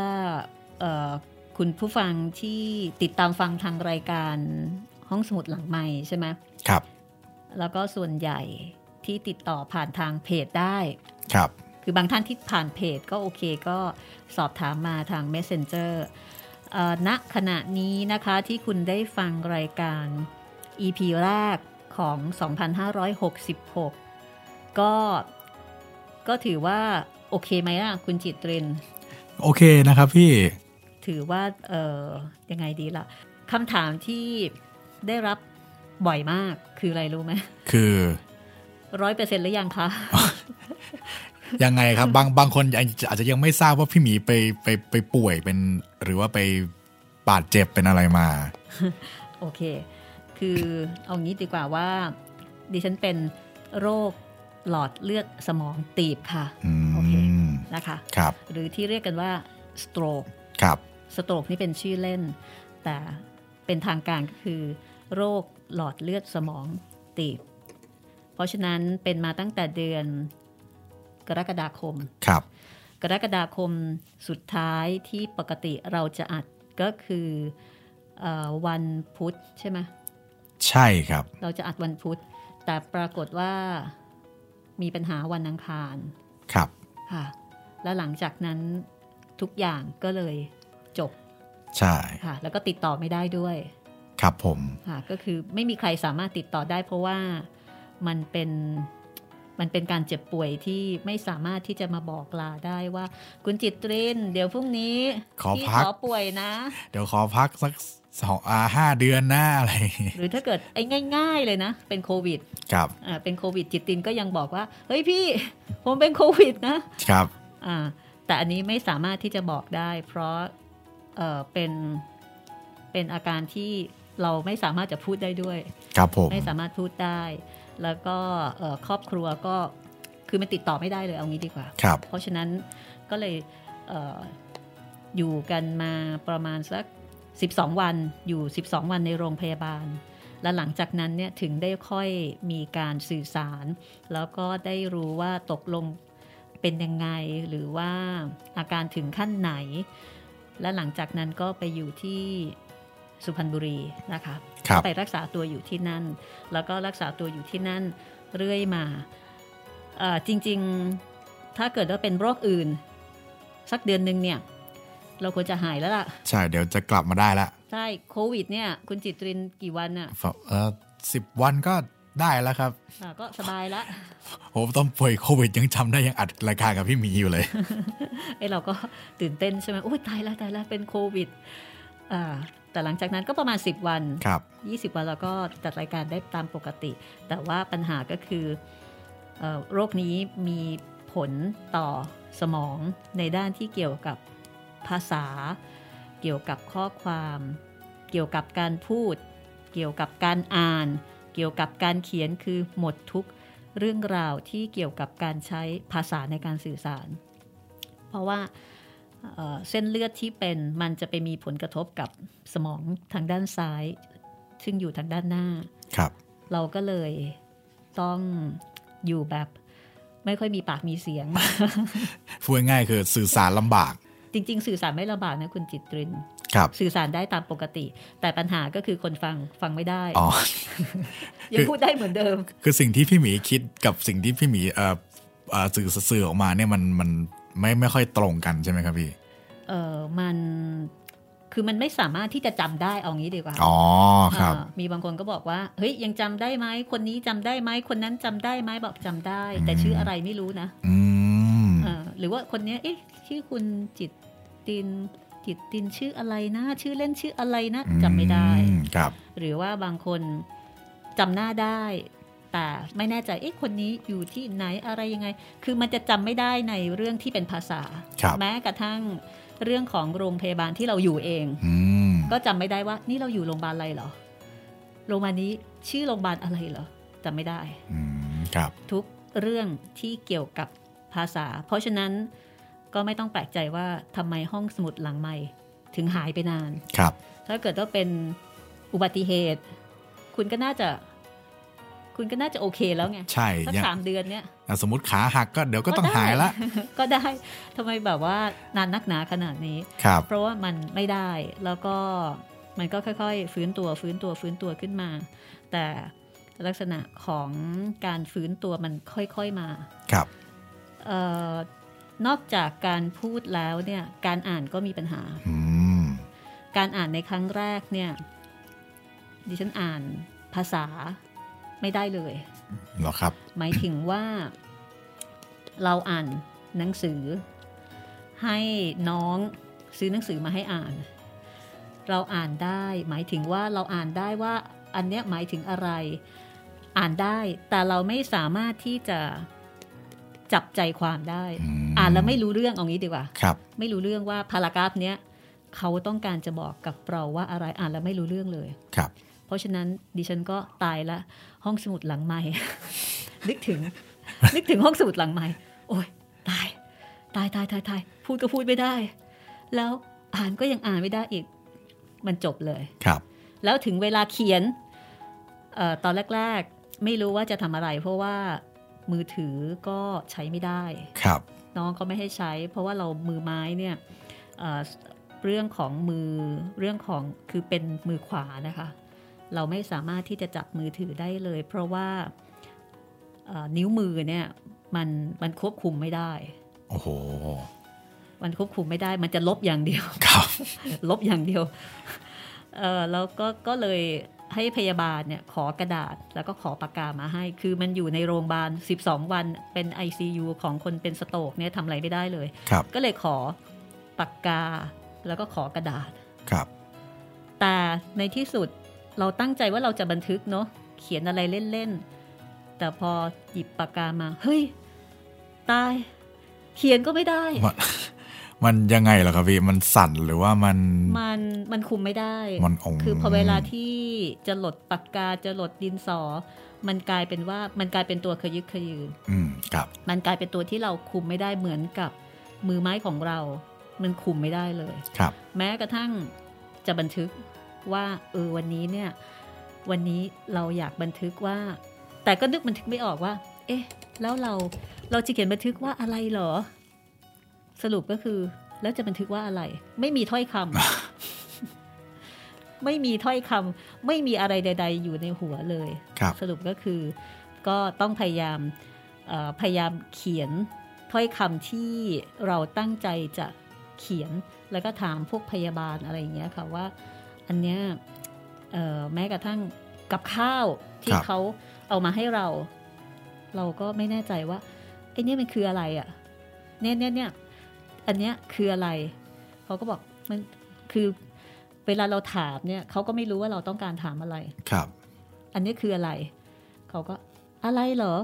Speaker 2: เอ่อคุณผู้ฟังที่ติดตามฟังทางรายการห้องสมุดหลังไม่ใช่ไหม
Speaker 1: ครับ
Speaker 2: แล้วก็ส่วนใหญ่ที่ติดต่อผ่านทางเพจได้
Speaker 1: ครับ
Speaker 2: คือบางท่านที่ผ่านเพจก็โอเคก็สอบถามมาทาง Messenger เอ่อณขณะนี้นะคะที่คุณได้ฟังรายการ EP แรกของ 2566 ก็ก็ถือว่าโอเคไหมล่ะคุณจิตเรน
Speaker 1: โอเคนะครับพี่
Speaker 2: ถือว่าเออยังไงดีล่ะคำถามที่ได้รับบ่อยมากคืออะไรรู้ไหม
Speaker 1: คือ
Speaker 2: ร้อยเปอร์เซ็นต์หรือยังคะ
Speaker 1: ยังไงครับ บางบางคนอาจจะอาจจะยังไม่ทราบว่าพี่หมีไปไปไปป่วยเป็น หรือว่าไปบาดเจ็บเป็นอะไรมา
Speaker 2: โอเค คือเอางี้ดีกว่าว่าดิฉันเป็นโรคหลอดเลือดสมองตีบค่ะ
Speaker 1: อื
Speaker 2: โอเค
Speaker 1: ม
Speaker 2: นะคะ
Speaker 1: ครับ
Speaker 2: หรือที่เรียกกันว่า stroke
Speaker 1: ครับ
Speaker 2: stroke นี่เป็นชื่อเล่น แต่เป็นทางการก็คือ โรคหลอดเลือดสมองตีบ เพราะฉะนั้นเป็นมาตั้งแต่เดือนกรกฎาคม
Speaker 1: ครับ
Speaker 2: กรกฎาคมสุดท้ายที่ปกติเราจะอัดก็คือเออวันพุธใช่ไหม
Speaker 1: ใช่ครับ
Speaker 2: เราจะอัดวันพุธ แต่ปรากฏว่ามีปัญหาวันอังคาร
Speaker 1: ครับ
Speaker 2: ค่ะ แล้วหลังจากนั้นทุกอย่างก็เลยจบ
Speaker 1: ใช่
Speaker 2: ค่ะ แล้วก็ติดต่อไม่ได้ด้วย
Speaker 1: ครับผม
Speaker 2: ค่ะ ก็คือไม่มีใครสามารถติดต่อได้ เพราะว่ามันเป็นมันเป็นการเจ็บป่วยที่ไม่สามารถที่จะมาบอกลาได้ว่า คุณจิตเรนเดี๋ยวพรุ่งนี้
Speaker 1: ขอ
Speaker 2: พี่
Speaker 1: พัก
Speaker 2: ขอป่วยนะ
Speaker 1: เดี๋ยวขอพักสักสองอาห้าเดือนหน้าอะไร
Speaker 2: หรือถ้าเกิดไอ้ง่าย ๆ เลยนะ เป็นโควิด
Speaker 1: ครับ
Speaker 2: อ่าเป็นโควิด จิตตินก็ยังบอกว่าเฮ้ยพี่ ผมเป็นโควิดนะ
Speaker 1: ครับ
Speaker 2: อ่าแต่อันนี้ไม่สามารถที่จะบอกได้ เพราะเอ่อเป็นเป็นอาการที่เราไม่สามารถจะพูดได้ด้วย
Speaker 1: ครับผม
Speaker 2: ไม่สามารถพูดได้ แล้วก็เอ่อครอบครัวก็คือมันติดต่อไม่ได้เลยเอางี้ดีกว่า
Speaker 1: ครับ
Speaker 2: เพราะฉะนั้นก็เลยเอออยู่กันมาประมาณสัก 12 วันอยู่ 12 วันในโรงพยาบาล และหลังจากนั้นเนี่ยถึงได้ค่อยมีการสื่อสาร แล้วก็ได้รู้ว่าตกลงเป็นยังไงหรือว่าอาการถึงขั้นไหน และหลังจากนั้นก็ไปอยู่ที่สุพรรณบุรีนะคะ
Speaker 1: ครับ
Speaker 2: ไปรักษาตัวอยู่ที่นั่น แล้วก็รักษาตัวอยู่ที่นั่นเรื่อยมาเอ่อจริง ๆ ถ้าเกิดว่าเป็นโรคอื่น สักเดือนหนึงเนี่ย เราควรจะหายแล้วล่ะ
Speaker 1: ใช่เดี๋ยวจะกลับมาได้ละ
Speaker 2: ใช่โควิดเนี่ย คุณจิตรินกี่วันน่ะ
Speaker 1: เออสิบวันก็ได้แล้วครับ
Speaker 2: อ่าก็สบายละ
Speaker 1: ผมต้องป่วยโควิดยังจำได้ยังอัดรายการกับพี่หมีอยู่ เลย
Speaker 2: ไอ้เราก็ตื่นเต้นใช่ไหมโอ้ยตายแล้วตายแล้วเป็นโควิดอ่าแต่หลังจากนั้นก็ประมาณ 10 วัน
Speaker 1: ครับ
Speaker 2: 20 วันเราก็จัดรายการได้ตามปกติ แต่ว่าปัญหาก็คือเอ่อโรคนี้มีผลต่อสมองในด้านที่เกี่ยวกับภาษา เกี่ยวกับข้อความ เกี่ยวกับการพูด เกี่ยวกับการอ่าน เกี่ยวกับการเขียนคือหมดทุกเรื่องราวที่เกี่ยวกับการใช้ภาษาในการสื่อสาร เพราะว่าเอ่อเส้นเลือดที่เป็นมันจะไปมีผลกระทบกับสมองทางด้านซ้าย ซึ่งอยู่ทางด้านหน้า
Speaker 1: ครับ
Speaker 2: เราก็เลยต้องอยู่แบบไม่ค่อยมีปากมีเสียง
Speaker 1: พูดง่ายๆคือสื่อสารลำบาก
Speaker 2: จริง ๆ สื่อสารไม่ลำบากนะคุณจิตริน
Speaker 1: ครับ
Speaker 2: สื่อสารได้ตามปกติ แต่ปัญหาก็คือคนฟังฟังไม่ได้
Speaker 1: อ๋อ
Speaker 2: ยังพูดได้เหมือนเดิม
Speaker 1: คือสิ่งที่พี่หมีคิดกับสิ่งที่พี่หมีเอ่อเอ่อสื่อสื่อออกมาเนี่ยมันมันไม่ไม่ค่อยตรงกันใช่ไหมครับพี่
Speaker 2: เออมันคือมันไม่สามารถที่จะจำได้เอางี้ดีกว่า
Speaker 1: อ๋อครับ
Speaker 2: อ่ามีบางคนก็บอกว่า เฮ้ย ยังจำได้ไหมคนนี้จำได้ไหมคนนั้นจำได้ไหมบอกจำได้ แต่
Speaker 1: อืม
Speaker 2: ชื่ออะไรไม่รู้นะ
Speaker 1: อืม
Speaker 2: อ่าหรือว่าคนเนี้ยเอ๊ะชื่อคุณจิตตินจิตตินชื่ออะไรนะ ชื่อเล่นชื่ออะไรนะจำไม่ได้
Speaker 1: อืมครับ
Speaker 2: หรือว่าบางคนจำหน้าได้ แต่ไม่แน่ใจเอ๊ะคนนี้อยู่ที่ไหนอะไรยังไง คือมันจะจำไม่ได้ในเรื่องที่เป็นภาษา
Speaker 1: ครับ
Speaker 2: แม้กระทั่งเรื่องของโรงพยาบาลที่เราอยู่เอง
Speaker 1: อืม
Speaker 2: ก็จำไม่ได้ว่านี่เราอยู่โรงพยาบาลอะไรเหรอ โรงพยาบาลนี้ชื่อโรงพยาบาลอะไรเหรอจำไม่ได้
Speaker 1: อืมครับ
Speaker 2: ทุกเรื่องที่เกี่ยวกับภาษา เพราะฉะนั้นก็ไม่ต้องแปลกใจว่าทำไมห้องสมุดหลังใหม่ถึงหายไปนาน
Speaker 1: ครับ
Speaker 2: ถ้าเกิดว่าเป็นอุบัติเหตุ คุณก็น่าจะ คุณก็น่าจะโอเคแล้วไง
Speaker 1: ใช่
Speaker 2: สัก
Speaker 1: ยัง
Speaker 2: สามเดือนเนี้ย
Speaker 1: อ่ะสมมติขาหักก็เดี๋ยวก็ต้อง
Speaker 2: ได้
Speaker 1: หายละ
Speaker 2: ก็ได้ทำไมแบบว่านานนักหนาขนาดนี้
Speaker 1: ครับ
Speaker 2: เพราะว่ามันไม่ได้แล้วก็มันก็ค่อยๆ ฟื้นตัวฟื้นตัวฟื้นตัวขึ้นมา แต่ลักษณะของการฟื้นตัวมันค่อยๆมา
Speaker 1: ครับ
Speaker 2: เออนอกจากการพูดแล้วเนี่ยการอ่านก็มีปัญหา
Speaker 1: อืม
Speaker 2: การอ่านในครั้งแรกเนี่ยดิฉันอ่านภาษาไม่ได้เลย
Speaker 1: เหรอครับ
Speaker 2: หมายถึงว่าเราอ่านหนังสือ ให้น้องซื้อหนังสือมาให้อ่าน เราอ่านได้ หมายถึงว่าเราอ่านได้ว่าอันเนี้ยหมายถึงอะไร อ่านได้ แต่เราไม่สามารถที่จะจับใจความได้
Speaker 1: อืม
Speaker 2: อ่านแล้วไม่รู้เรื่องเอางี้ดีกว่า
Speaker 1: ครับ
Speaker 2: ไม่รู้เรื่องว่าพารากราฟเนี้ยเขาต้องการจะบอกกับเราว่าอะไรอ่านแล้วไม่รู้เรื่องเลย
Speaker 1: ครับ
Speaker 2: เพราะฉะนั้นดิฉันก็ตายละห้องสมุดหลังใหม่ นึกถึง นึกถึงห้องสมุดหลังใหม่ โอ้ยตาย ตายตายตายตายพูดก็พูดไม่ได้ แล้วอ่านก็ยังอ่านไม่ได้อีก มันจบเลย
Speaker 1: ครับ
Speaker 2: แล้วถึงเวลาเขียนเออตอนแรก ๆ ไม่รู้ว่าจะทำอะไร เพราะว่ามือถือก็ใช้ไม่ได้
Speaker 1: ครับ
Speaker 2: น้องเขาไม่ให้ใช้ เพราะว่าเรามือไม้เนี่ยเอ่อเรื่องของมือเรื่องของคือเป็นมือขวานะคะ เราไม่สามารถที่จะจับมือถือได้เลย เพราะว่าเอ่อนิ้วมือเนี่ยมันมันควบคุมไม่ได้
Speaker 1: โอ้โห
Speaker 2: มันควบคุมไม่ได้ มันจะลบอย่างเดียว
Speaker 1: ครับ
Speaker 2: ลบอย่างเดียวเออแล้วก็ก็เลยให้พยาบาลเนี่ยขอกระดาษแล้วก็ขอปากกามาให้ คือมันอยู่ในโรงพยาบาล 12 วันเป็น ICU ของคนเป็นสโตรกเนี่ยทำอะไรไม่ได้เลย
Speaker 1: ครับ
Speaker 2: ก็เลยขอปากกาแล้วก็ขอกระดาษ
Speaker 1: ครับ
Speaker 2: แต่ในที่สุดเราตั้งใจว่าเราจะบันทึกเนาะเขียนอะไรเล่น ๆ แต่พอหยิบปากกามา เฮ้ย ตาย เขียนก็ไม่ได้
Speaker 1: มัน มันยังไงเหรอครับพี่ มันสั่นหรือว่ามัน
Speaker 2: มันมันคุมไม่ได้
Speaker 1: มันอง
Speaker 2: คือพอเวลาที่จะหลดปากกาจะหลดดินสอ มันกลายเป็นว่ามันกลายเป็นตัวขยึกขยืน
Speaker 1: อืม ครับ
Speaker 2: มันกลายเป็นตัวที่เราคุมไม่ได้เหมือนกับมือไม้ของเรา มันคุมไม่ได้เลย
Speaker 1: ครับ
Speaker 2: แม้กระทั่งจะบันทึกว่าเออวันนี้เนี่ย วันนี้เราอยากบันทึกว่า แต่ก็นึกบันทึกไม่ออกว่า เอ๊ะ แล้วเราเราจะเขียนบันทึกว่าอะไรเหรอ สรุปก็คือ แล้วจะบันทึกว่าอะไร ไม่มีถ้อยคำ ไม่มีถ้อยคำไม่มีอะไรใด ๆ อยู่ในหัวเลย
Speaker 1: ครับ
Speaker 2: สรุปก็คือก็ต้องพยายามเอ่อพยายามเขียน ถ้อยคำที่เราตั้งใจจะเขียนแล้วก็ถามพวกพยาบาลอะไรอย่างเงี้ยค่ะว่า อันเนี้ยเอ่อแม้กระทั่งกับข้าวที่
Speaker 1: ครับ
Speaker 2: เขาเอามาให้เรา เราก็ไม่แน่ใจว่าไอ้เนี่ยมันคืออะไรอะ่ะเนี่ยเนี่ยเนี่ยอันเนี้ยคืออะไร เขาก็บอกมันคือเวลาเราถามเนี่ยเขาก็ไม่รู้ว่าเราต้องการถามอะไร
Speaker 1: ครับ
Speaker 2: อันนี้คืออะไร เขาก็อะไรเหรอ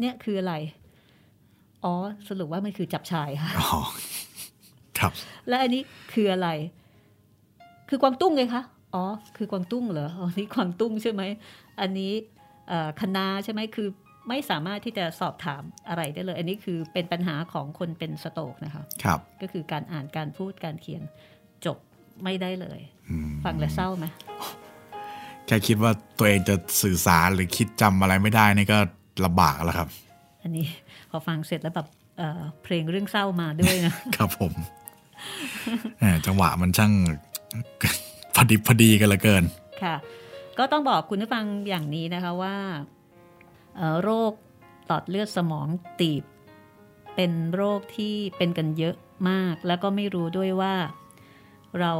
Speaker 2: เนี่ยคืออะไร อ๋อ สรุปว่ามันคือจับชายค่ะ
Speaker 1: อ๋อ ครับ
Speaker 2: และอันนี้คืออะไร คือกวางตุ้งไงคะ อ๋อ คือกวางตุ้งเหรอ อ๋อ นี่กวางตุ้งใช่ไหม อันนี้เอ่อคณะใช่ไหม คือไม่สามารถที่จะสอบถามอะไรได้เลย อันนี้คือเป็นปัญหาของคนเป็นสโตรกนะคะ
Speaker 1: ครับ
Speaker 2: ก็คือการอ่าน การพูด การเขียนจบไม่ได้เลย
Speaker 1: อืม
Speaker 2: ฟังแล้วเศร้าไหม
Speaker 1: แค่คิดว่าตัวเองจะสื่อสารหรือคิดจำอะไรไม่ได้นี่ก็ลำบากแล้วครับ
Speaker 2: อันนี้พอฟังเสร็จแล้วแบบเอ่อเพลงเรื่องเศร้ามาด้วยนะ
Speaker 1: ครับผมแหมจังหวะมันช่าง พอดิบพอดีกันเหลือเกิน
Speaker 2: ค่ะ ก็ต้องบอกคุณผู้ฟังอย่างนี้นะคะว่าเอ่อโรคหลอดเลือดสมองตีบ เป็นโรคที่เป็นกันเยอะมาก แล้วก็ไม่รู้ด้วยว่าเรา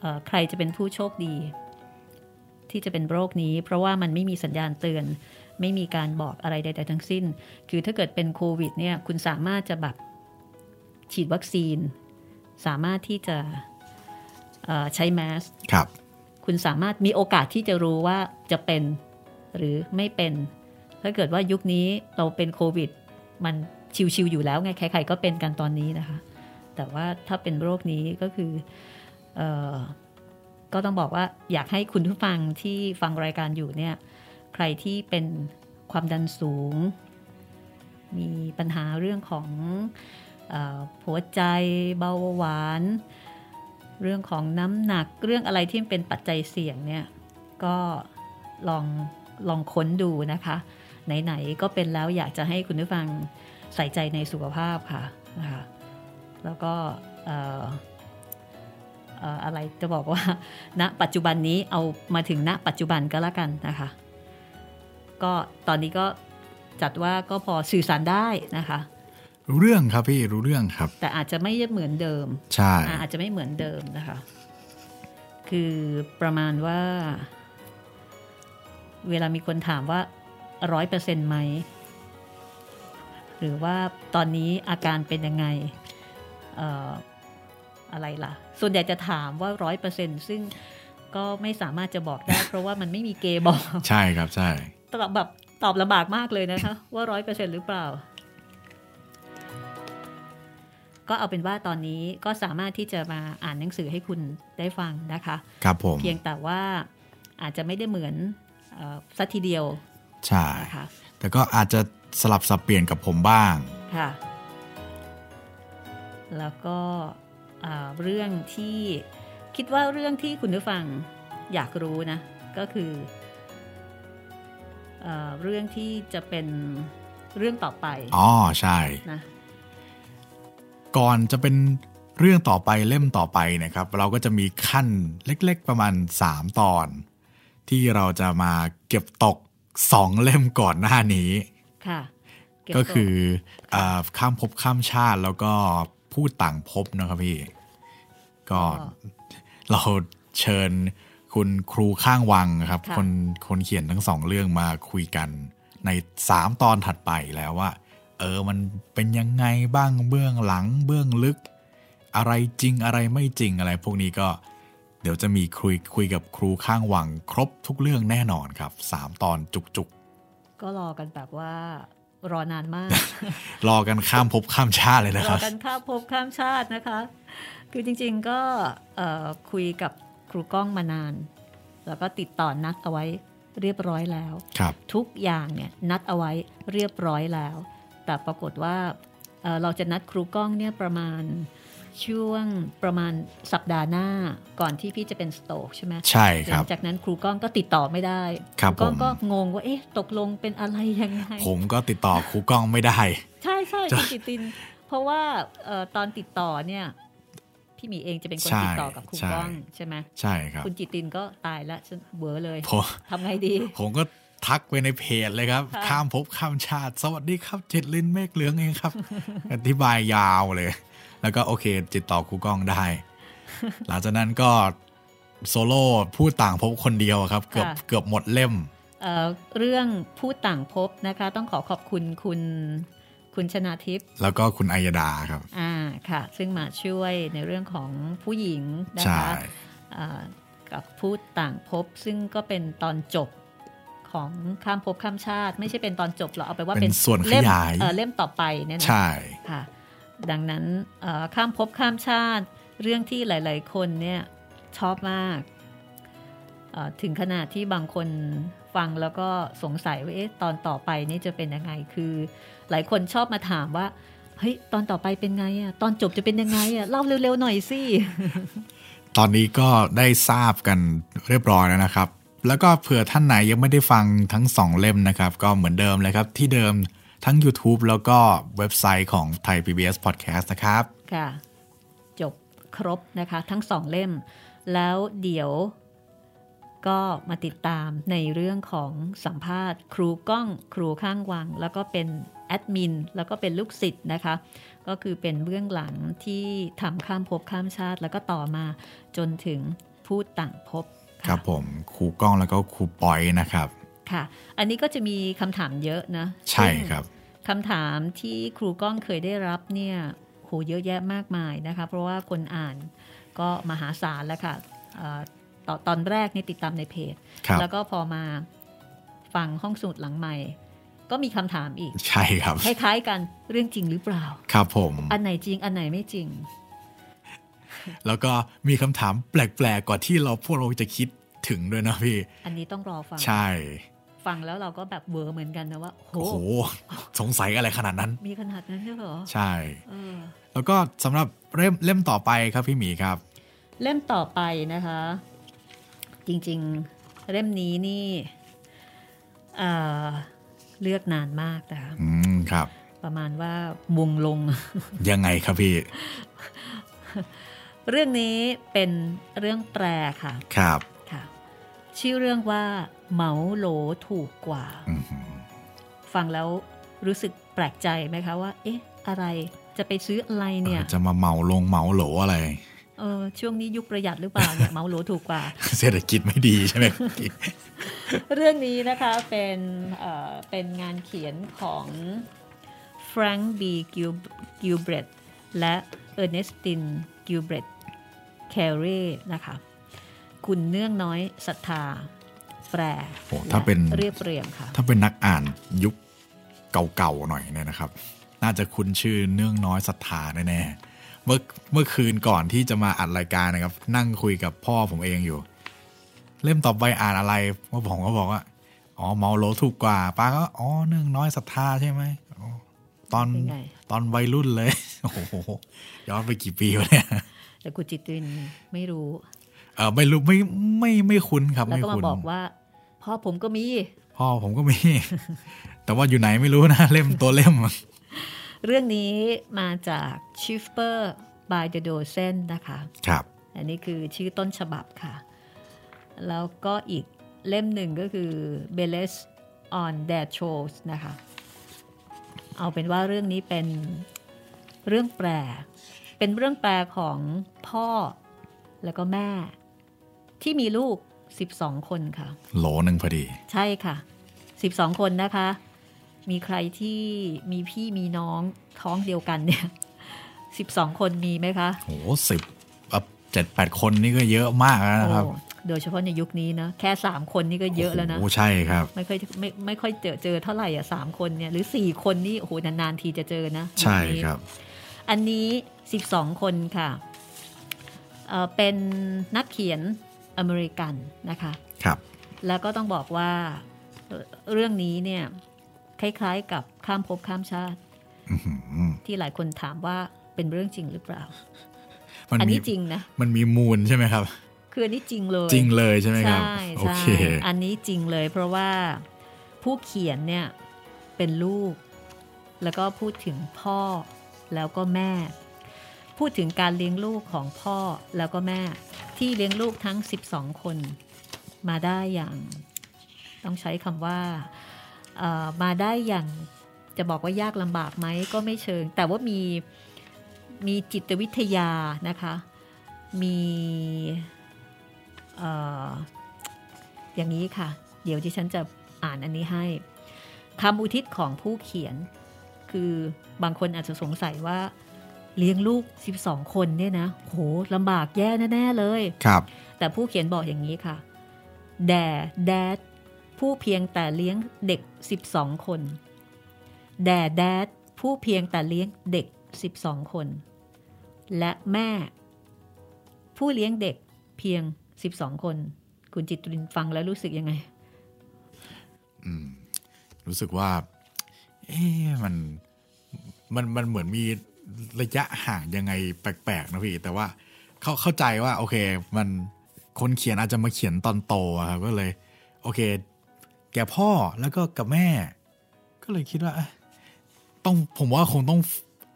Speaker 2: เอ่อใครจะเป็นผู้โชคดี ที่จะเป็นโรคนี้ เพราะว่ามันไม่มีสัญญาณเตือน ไม่มีการบอกอะไรใด ๆ ทั้งสิ้น คือถ้าเกิดเป็นโควิดเนี่ยคุณสามารถจะแบบฉีดวัคซีน สามารถที่จะเอ่อใช้แมส
Speaker 1: ครับ
Speaker 2: คุณสามารถมีโอกาสที่จะรู้ว่าจะเป็นหรือไม่เป็น ถ้าเกิดว่ายุคนี้เราเป็นโควิด มันชิวๆอยู่แล้วไง ใครๆก็เป็นกันตอนนี้นะคะ แต่ว่าถ้าเป็นโรคนี้ก็คือเออก็ต้องบอกว่าอยากให้คุณผู้ฟังที่ฟังรายการอยู่เนี่ย ใครที่เป็นความดันสูง มีปัญหาเรื่องของเออหัวใจเบาหวาน เรื่องของน้ำหนักเรื่องอะไรที่เป็นปัจจัยเสี่ยงเนี่ยก็ลองลองค้นดูนะคะ ไหน ๆ ก็เป็นแล้วอยากจะให้คุณผู้ฟังใส่ใจในสุขภาพค่ะนะคะแล้วก็เอ่อเอ่ออะไรจะบอกว่า ณปัจจุบันนี้เอามาถึงณปัจจุบันก็แล้วกันนะคะ ก็ตอนนี้ก็จัดว่าก็พอสื่อสารได้นะคะ
Speaker 1: รู้เรื่องครับพี่รู้เรื่องครับ
Speaker 2: แต่อาจจะไม่เหมือนเดิม
Speaker 1: ใช่
Speaker 2: อ่ะอาจจะไม่เหมือนเดิมนะคะ คือประมาณว่า เวลามีคนถามว่าร้อยเปอร์เซ็นต์ไหม หรือว่าตอนนี้อาการเป็นยังไงเอ่ออะไรล่ะ ส่วนใหญ่จะถามว่าร้อยเปอร์เซ็นต์ซึ่งก็ไม่สามารถจะบอกได้ เพราะว่ามันไม่มีเกย์บอก
Speaker 1: ใช่ครับใช่
Speaker 2: ตอบแบบตอบลำบากมากเลยนะคะ ว่าร้อยเปอร์เซ็นหรือเปล่า ก็เอาเป็นว่าตอนนี้ก็สามารถที่จะมาอ่านหนังสือให้คุณได้ฟังนะคะ
Speaker 1: ครับผม
Speaker 2: เพียงแต่ว่าอาจจะไม่ได้เหมือนเอ่อสักทีเดียว
Speaker 1: ใช่
Speaker 2: นะคะ
Speaker 1: แต่ก็อาจจะสลับสับเปลี่ยนกับผมบ้าง
Speaker 2: ค่ะ แล้วก็เอ่อเรื่องที่คิดว่าเรื่องที่คุณผู้ฟังอยากรู้นะ ก็คือเออเรื่องที่จะเป็นเรื่องต่อไป
Speaker 1: อ๋อใช่
Speaker 2: นะ
Speaker 1: ก่อนจะเป็นเรื่องต่อไปเล่มต่อไปนะครับ เราก็จะมีขั้นเล็กๆประมาณ 3 ตอน ที่เราจะมาเก็บตก 2 เล่มก่อนหน้านี้
Speaker 2: ค่ะเบ
Speaker 1: ก็
Speaker 2: ตัว
Speaker 1: คืออ่าข้ามภพข้ามชาติแล้วก็ผู้ต่างภพนะครับพี่ ก็เราเชิญคุณครูข้างวังครับ
Speaker 2: ค่ะ
Speaker 1: คนคนเขียนทั้งสองเรื่องมาคุยกัน ในสามตอนถัดไปแล้วว่า เออมันเป็นยังไงบ้างเบื้องหลังเบื้องลึก อะไรจริงอะไรไม่จริงอะไรพวกนี้ก็ เดี๋ยวจะมีคุยคุยกับครูข้างวัง ครบทุกเรื่องแน่นอนครับสามตอนจุกๆ
Speaker 2: ก็รอกันแบบว่า รอนานมาก
Speaker 1: รอกันข้ามภพข้ามชาติ เลยนะ
Speaker 2: ร
Speaker 1: ค
Speaker 2: อ
Speaker 1: รับ
Speaker 2: กันข้ามภพข้ามชาตินะคะ คือจริงๆก็เอ่อคุยกับครูก้องมานาน แล้วก็ติดต่อนัดเอาไว้เรียบร้อยแล้ว
Speaker 1: ครับ
Speaker 2: ทุกอย่างเนี่ยนัดเอาไว้เรียบร้อยแล้ว แต่ปรากฏว่าเอ่อเราจะนัดครูกล้องเนี่ยประมาณช่วงประมาณสัปดาห์หน้าก่อนที่พี่จะเป็นสโตรกใช่ไหม
Speaker 1: ใช่ค
Speaker 2: หลั
Speaker 1: รับ
Speaker 2: งจากนั้นครูก้องก็ติดต่อไม่ได้
Speaker 1: ครับ
Speaker 2: ก้อ
Speaker 1: ผ
Speaker 2: ง
Speaker 1: ม
Speaker 2: ก็งงว่าเอ๊ะตกลงเป็นอะไรยังไง
Speaker 1: ผมก็ติดต่อครูกล้องไม่ได้
Speaker 2: ใช่ใช่
Speaker 1: จะ
Speaker 2: คุณกิตติน เพราะว่าเอ่อตอนติดต่อเนี่ยพี่หมีเองจะเป็นคน
Speaker 1: ใช่
Speaker 2: ติดต่อกับครู
Speaker 1: ใช่
Speaker 2: ก้องใช่ไหม
Speaker 1: ใช่ครับ
Speaker 2: คุณจิตตินก็ตายละฉันเบื่อเลย
Speaker 1: ผม
Speaker 2: ทำไงดี
Speaker 1: ผมก็ ทักไปในเพจเลยครับ ข้ามภพข้ามชาติ สวัสดีครับจิตรลินเมฆเหลืองเอง ครับ อธิบายยาวเลย แล้วก็โอเคติดต่อครูก้อง ได้ หลังจากนั้นก็โซโล่พูดต่างภพคนเดียวครับ เกือบ
Speaker 2: ค่ะ
Speaker 1: เกือบหมดเล่ม
Speaker 2: เอ่อเรื่องพูดต่างภพนะคะ ต้องขอขอบคุณคุณคุณชนาทิพย์
Speaker 1: แล้วก็คุณอัยดาครับ
Speaker 2: อ่าค่ะ ซึ่งมาช่วยในเรื่องของผู้หญิงนะ
Speaker 1: ใช่
Speaker 2: คะ อ่ากับพูดต่างภพซึ่งก็เป็นตอนจบของข้ามภพข้ามชาติ ไม่ใช่เป็นตอนจบหรอกเอาไปว่า
Speaker 1: เป็นส่วนข
Speaker 2: เล่ม
Speaker 1: ยาย
Speaker 2: เอ่อเล่มต่อไปเนี่ยนะ
Speaker 1: ใช่
Speaker 2: ค่ะดังนั้นเอ่อข้ามภพข้ามชาติ เรื่องที่หลาย ๆ คนเนี่ยชอบมากเอ่อถึงขนาดที่บางคนฟังแล้วก็สงสัยว่าเอ๊ะตอนต่อไปนี่จะเป็นยังไงคือ หลายคนชอบมาถามว่าเฮ้ยตอนต่อไปเป็นไงอะตอนจบจะเป็นยังไงอะเล่าเร็ว ๆ หน่อยสิ
Speaker 1: ตอนนี้ก็ได้ทราบกันเรียบร้อยแล้วนะครับ แล้วก็เผื่อท่านไหนยังไม่ได้ฟังทั้งสองเล่มนะครับ ก็เหมือนเดิมเลยครับ ที่เดิมทั้ง YouTube แล้วก็เว็บไซต์ของไทย PBS Podcast นะครับ
Speaker 2: ค่ะ จบครบนะคะ ทั้งสองเล่ม แล้วเดี๋ยวก็มาติดตามในเรื่องของสัมภาษณ์ ครูกล้องครูข้างวัง แล้วก็เป็นแอดมิน แล้วก็เป็นลูกศิษย์นะคะ ก็คือเป็นเบื้องหลังที่ทำข้ามภพข้ามชาติ แล้วก็ต่อมาจนถึงพูดต่างภพะ
Speaker 1: ครับผมครูกล้องแล้วก็ครูปอยนะครับ
Speaker 2: ค่ะ อันนี้ก็จะมีคำถามเยอะนะ
Speaker 1: ใช่
Speaker 2: ซึ่ง
Speaker 1: ครับ
Speaker 2: คำถามที่ครูก้องเคยได้รับเนี่ยโหเยอะแยะมากมายนะคะ เพราะว่าคนอ่านก็มหาศาลแล้วค่ะเอ่อตอนตอนแรกนี่ติดตามในเพจ
Speaker 1: ครับ
Speaker 2: แล้วก็พอมาฟังห้องสมุดหลังใหม่ ก็มีคำถามอีก
Speaker 1: ใช่ครับ
Speaker 2: คล้ายๆกันเรื่องจริงหรือเปล่า
Speaker 1: ครับผม
Speaker 2: อันไหนจริง อันไหนไม่จริง
Speaker 1: แล้วก็มีคำถามแปลกๆ กว่าที่เราพวกเราจะคิดถึงด้วยนะพี่
Speaker 2: อันนี้ต้องรอฟัง
Speaker 1: ใช่
Speaker 2: ฟังแล้วเราก็แบบเวอร์เหมือนกันนะว่าโห
Speaker 1: โอ้โหสงสัยอะไรขนาดนั้น
Speaker 2: มีขนาดนั้นด้วยเหรอ
Speaker 1: ใช่
Speaker 2: เออ
Speaker 1: แล้วก็สำหรับเล่มเล่มต่อไปครับพี่หมีครับ
Speaker 2: เล่มต่อไปนะคะ จริงๆเล่มนี้นี่เอ่อเลือกนานมากนะคะ
Speaker 1: อืมครับ
Speaker 2: ประมาณว่าวงล ง
Speaker 1: ยังไงครับพี่
Speaker 2: เรื่องนี้เป็นเรื่องแปลค่ะ
Speaker 1: ครับ
Speaker 2: ค่ะ ชื่อเรื่องว่าเหมาโหลถูกกว่า
Speaker 1: อื้อหือ
Speaker 2: ฟังแล้วรู้สึกแปลกใจไหมคะว่า เอ๊ะ อะไรจะไปซื้ออะไรเนี่ย
Speaker 1: เออจะมาเหมาลงเหมาโหลอะไร
Speaker 2: เออช่วงนี้ยุคประหยัดหรือเปล่าเนี่ยเหมาโหลถูกกว่า
Speaker 1: เศรษฐกิจไม่ดี ใช่ไหมพี่
Speaker 2: เรื่องนี้นะคะเป็นเอ่อเป็นงานเขียนของแฟรงค์บีกิวเบรตและเออร์เนสตินกิวเบรตแคลเร่นะคะคุณเนื่องน้อยศรัทธาแปร
Speaker 1: โอ้ถ้าเป็น
Speaker 2: และเรียบเรียงค่ะ
Speaker 1: ถ้าเป็นนักอ่านยุคเก่าๆหน่อยเนี่ยนะครับ น่าจะคุ้นชื่อเนื่องน้อยศรัทธาแน่ๆเมื่อเมื่อคืนก่อนที่จะมาอัดรายการนะครับ นั่งคุยกับพ่อผมเองอยู่ เล่มต่อไปอ่านอะไรพ่อผมก็บอกว่าอ๋อเมาโหลถูกกว่าป้าก็อ๋อเนื่องน้อยศรัทธาใช่ไหมอ๋อตอน
Speaker 2: เป็นไง
Speaker 1: ตอนวัยรุ่นเลย โอ้โหย้อนไปกี่ปีวะเนี่ย
Speaker 2: แต่คุณจิตรินไม่รู้
Speaker 1: เออไม่รู้ไม่ไม่ไม่คุ้นครับ
Speaker 2: แล้ว
Speaker 1: ไม่
Speaker 2: ก็มา
Speaker 1: คุ้น
Speaker 2: บอกว่าพ่อผมก็มี
Speaker 1: พ่อผมก็มี แต่ว่าอยู่ไหนไม่รู้นะเล่มตัวเล่ม
Speaker 2: เรื่องนี้มาจาก Shifter by the Dozen นะคะ
Speaker 1: ครับ
Speaker 2: อันนี้คือชื่อต้นฉบับค่ะ แล้วก็อีกเล่มหนึ่งก็คือ b e l e s on their shows นะคะ เอาเป็นว่าเรื่องนี้เป็นเรื่องแปล เป็นเรื่องแปลของพ่อแล้วก็แม่ ที่มีลูก 12 คนค่ะ
Speaker 1: โหลหนึ่งพอดี
Speaker 2: ใช่ค่ะ 12 คนนะคะ มีใครที่มีพี่มีน้องท้องเดียวกันเนี่ย 12 คนมีไหมคะ
Speaker 1: โหสิบเจ็ดแปดคนนี่ก็เยอะมากแล้วนะครับ
Speaker 2: โอ้โดยเฉพาะในยุคนี้นะแค่ 3 คนนี่ก็เยอะแล้วนะ
Speaker 1: โอ้โหใช่ครับ
Speaker 2: ไม่ค่อยไม่ไม่ค่อยเจอเจอเท่าไหร่อ่ะสามคนเนี่ยหรือ 4 คนนี่โอ้โหนานๆทีจะเจอนะ
Speaker 1: ใช่
Speaker 2: ยุนี้
Speaker 1: ครับ
Speaker 2: อันนี้ 12 คนค่ะเอ่อเป็นนักเขียนอเมริกันนะคะ
Speaker 1: ครับ
Speaker 2: แล้วก็ต้องบอกว่าเอ่อเรื่องนี้เนี่ยคล้ายๆกับข้ามภพข้ามชาติ
Speaker 1: อื้อหือ
Speaker 2: ที่หลายคนถามว่าเป็นเรื่องจริงหรือเปล่า
Speaker 1: มัน
Speaker 2: อัน
Speaker 1: มี
Speaker 2: นี้จริงนะ
Speaker 1: มันมีมูลใช่ไหมครับ
Speaker 2: คืออันนี้จริงเลย
Speaker 1: จริงเลยใช่ไหมครับ
Speaker 2: ใช่
Speaker 1: โอ
Speaker 2: ใช่
Speaker 1: เค
Speaker 2: อันนี้จริงเลยเพราะว่าผู้เขียนเนี่ยเป็นลูก แล้วก็พูดถึงพ่อแล้วก็แม่ พูดถึงการเลี้ยงลูกของพ่อแล้วก็แม่ ที่เลี้ยงลูกทั้ง 12 คนมาได้อย่าง ต้องใช้คำว่าเอ่อมาได้อย่างจะบอกว่ายากลำบากไหมก็ไม่เชิง แต่ว่ามีมีจิตวิทยานะคะ มีเอออย่างนี้ค่ะ เดี๋ยวดิฉันจะอ่านอันนี้ให้คำอุทิศของผู้เขียน คือบางคนอาจจะสงสัยว่าเลี้ยงลูก 12 คนเนี่ยนะโหลำบากแย่แน่ๆเลย
Speaker 1: ครับ
Speaker 2: แต่ผู้เขียนบอกอย่างนี้ค่ะ แด่แดดผู้เพียงแต่เลี้ยงเด็ก 12 คน แด่แดดผู้เพียงแต่เลี้ยงเด็ก 12 คน และแม่ ผู้เลี้ยงเด็กเพียง 12 คน คุณจิตรินฟังแล้วรู้สึกยังไง
Speaker 1: อืมรู้สึกว่า เอ๊ะมันมันมันเหมือนมีระยะห่างยังไงแปลกๆนะพี่ แต่ว่าเขาเข้าใจว่า โอเค มันคนเขียนอาจจะมาเขียนตอนโตอะครับก็เลย โอเค แก่พ่อแล้วก็กับแม่ ก็เลยคิดว่าเอ๊ะต้องผมว่าคงต้อง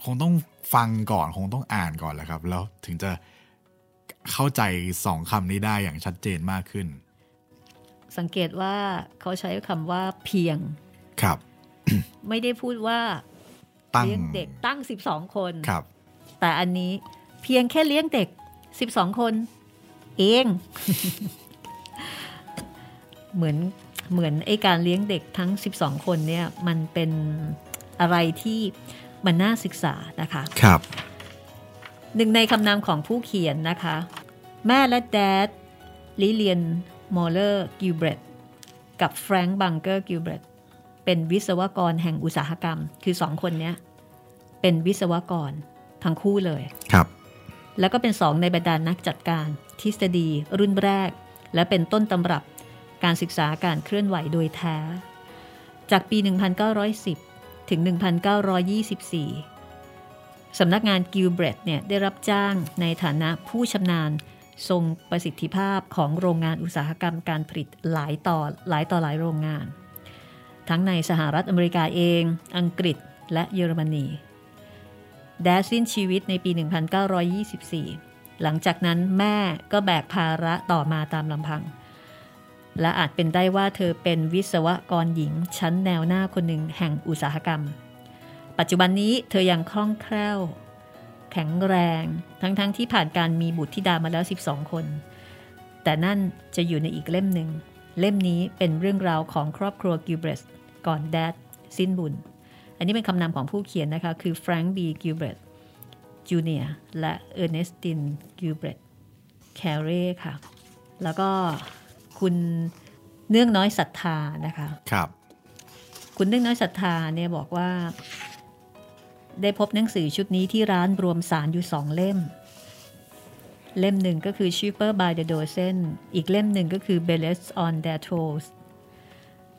Speaker 1: คงต้องฟังก่อนคงต้องอ่านก่อนแหละครับ แล้วถึงจะเข้าใจสองคำนี้ได้อย่างชัดเจนมากขึ้น
Speaker 2: สังเกตว่าเขาใช้คำว่าเพียง
Speaker 1: ครับ
Speaker 2: ไม่ได้พูดว่า
Speaker 1: ตั้ง
Speaker 2: เลี้ยงเด็กตั้ง 12 คน
Speaker 1: ครับ
Speaker 2: แต่อันนี้เพียงแค่เลี้ยงเด็ก 12 คน เอง เหมือนเหมือนไอการเลี้ยงเด็กทั้ง 12 คนเนี่ยมันเป็นอะไรที่มันน่าศึกษานะคะ
Speaker 1: ครับ
Speaker 2: หนึ่งในคำนามของผู้เขียนนะคะ แม่และแดดลิเลียนมอลเลอร์กิวเบรตกับแฟรงค์บังเกอร์กิวเบรตเป็นวิศวกรแห่งอุตสาหกรรม คือสองคนเนี้ยเป็นวิศวกรทั้งคู่เลย
Speaker 1: ครับ
Speaker 2: แล้วก็เป็นสองในบรรดานักจัดการทฤษฎีรุ่นแรก และเป็นต้นตำรับการศึกษาการเคลื่อนไหวโดยแท้ จากปี 1910 ถึง 1924 สำนักงานกิลเบรดเนี่ยได้รับจ้างในฐานะผู้ชำนาญทรงประสิทธิภาพของโรงงานอุตสาหกรรมการผลิตหลายต่อหลายต่อหลายโรงงาน ทั้งในสหรัฐอเมริกาเอง อังกฤษและเยอรมนี แดชสิ้นชีวิตในปี 1924 หลังจากนั้นแม่ก็แบกภาระต่อมาตามลำพัง และอาจเป็นได้ว่าเธอเป็นวิศวกรหญิงชั้นแนวหน้าคนหนึ่งแห่งอุตสาหกรรม ปัจจุบันนี้เธอยังคล่องแคล่ว แข็งแรง ทั้งๆทที่ผ่านการมีบุตรธิดามาแล้ว 12 คน แต่นั่นจะอยู่ในอีกเล่มหนึ่ง เล่มนี้เป็นเรื่องราวของครอบครัวกิวเบรสก่อนแดดสิ้นบุญ อันนี้เป็นคำนามของผู้เขียนนะคะ คือแฟรงค์บีกิวเบรตจูเนียและเออร์เนสตินกิวเบรตแคเร่ค่ะ แล้วก็คุณเนื่องน้อยศรัทธานะคะ
Speaker 1: ครับ
Speaker 2: คุณเนื่องน้อยศรัทธาเนี่ยบอกว่า ได้พบหนังสือชุดนี้ที่ร้านรวมสารอยู่สองเล่ม เล่มหนึ่งก็คือ Cheaper by the Dozen อีกเล่มหนึ่งก็คือ b e l l e t s on their toes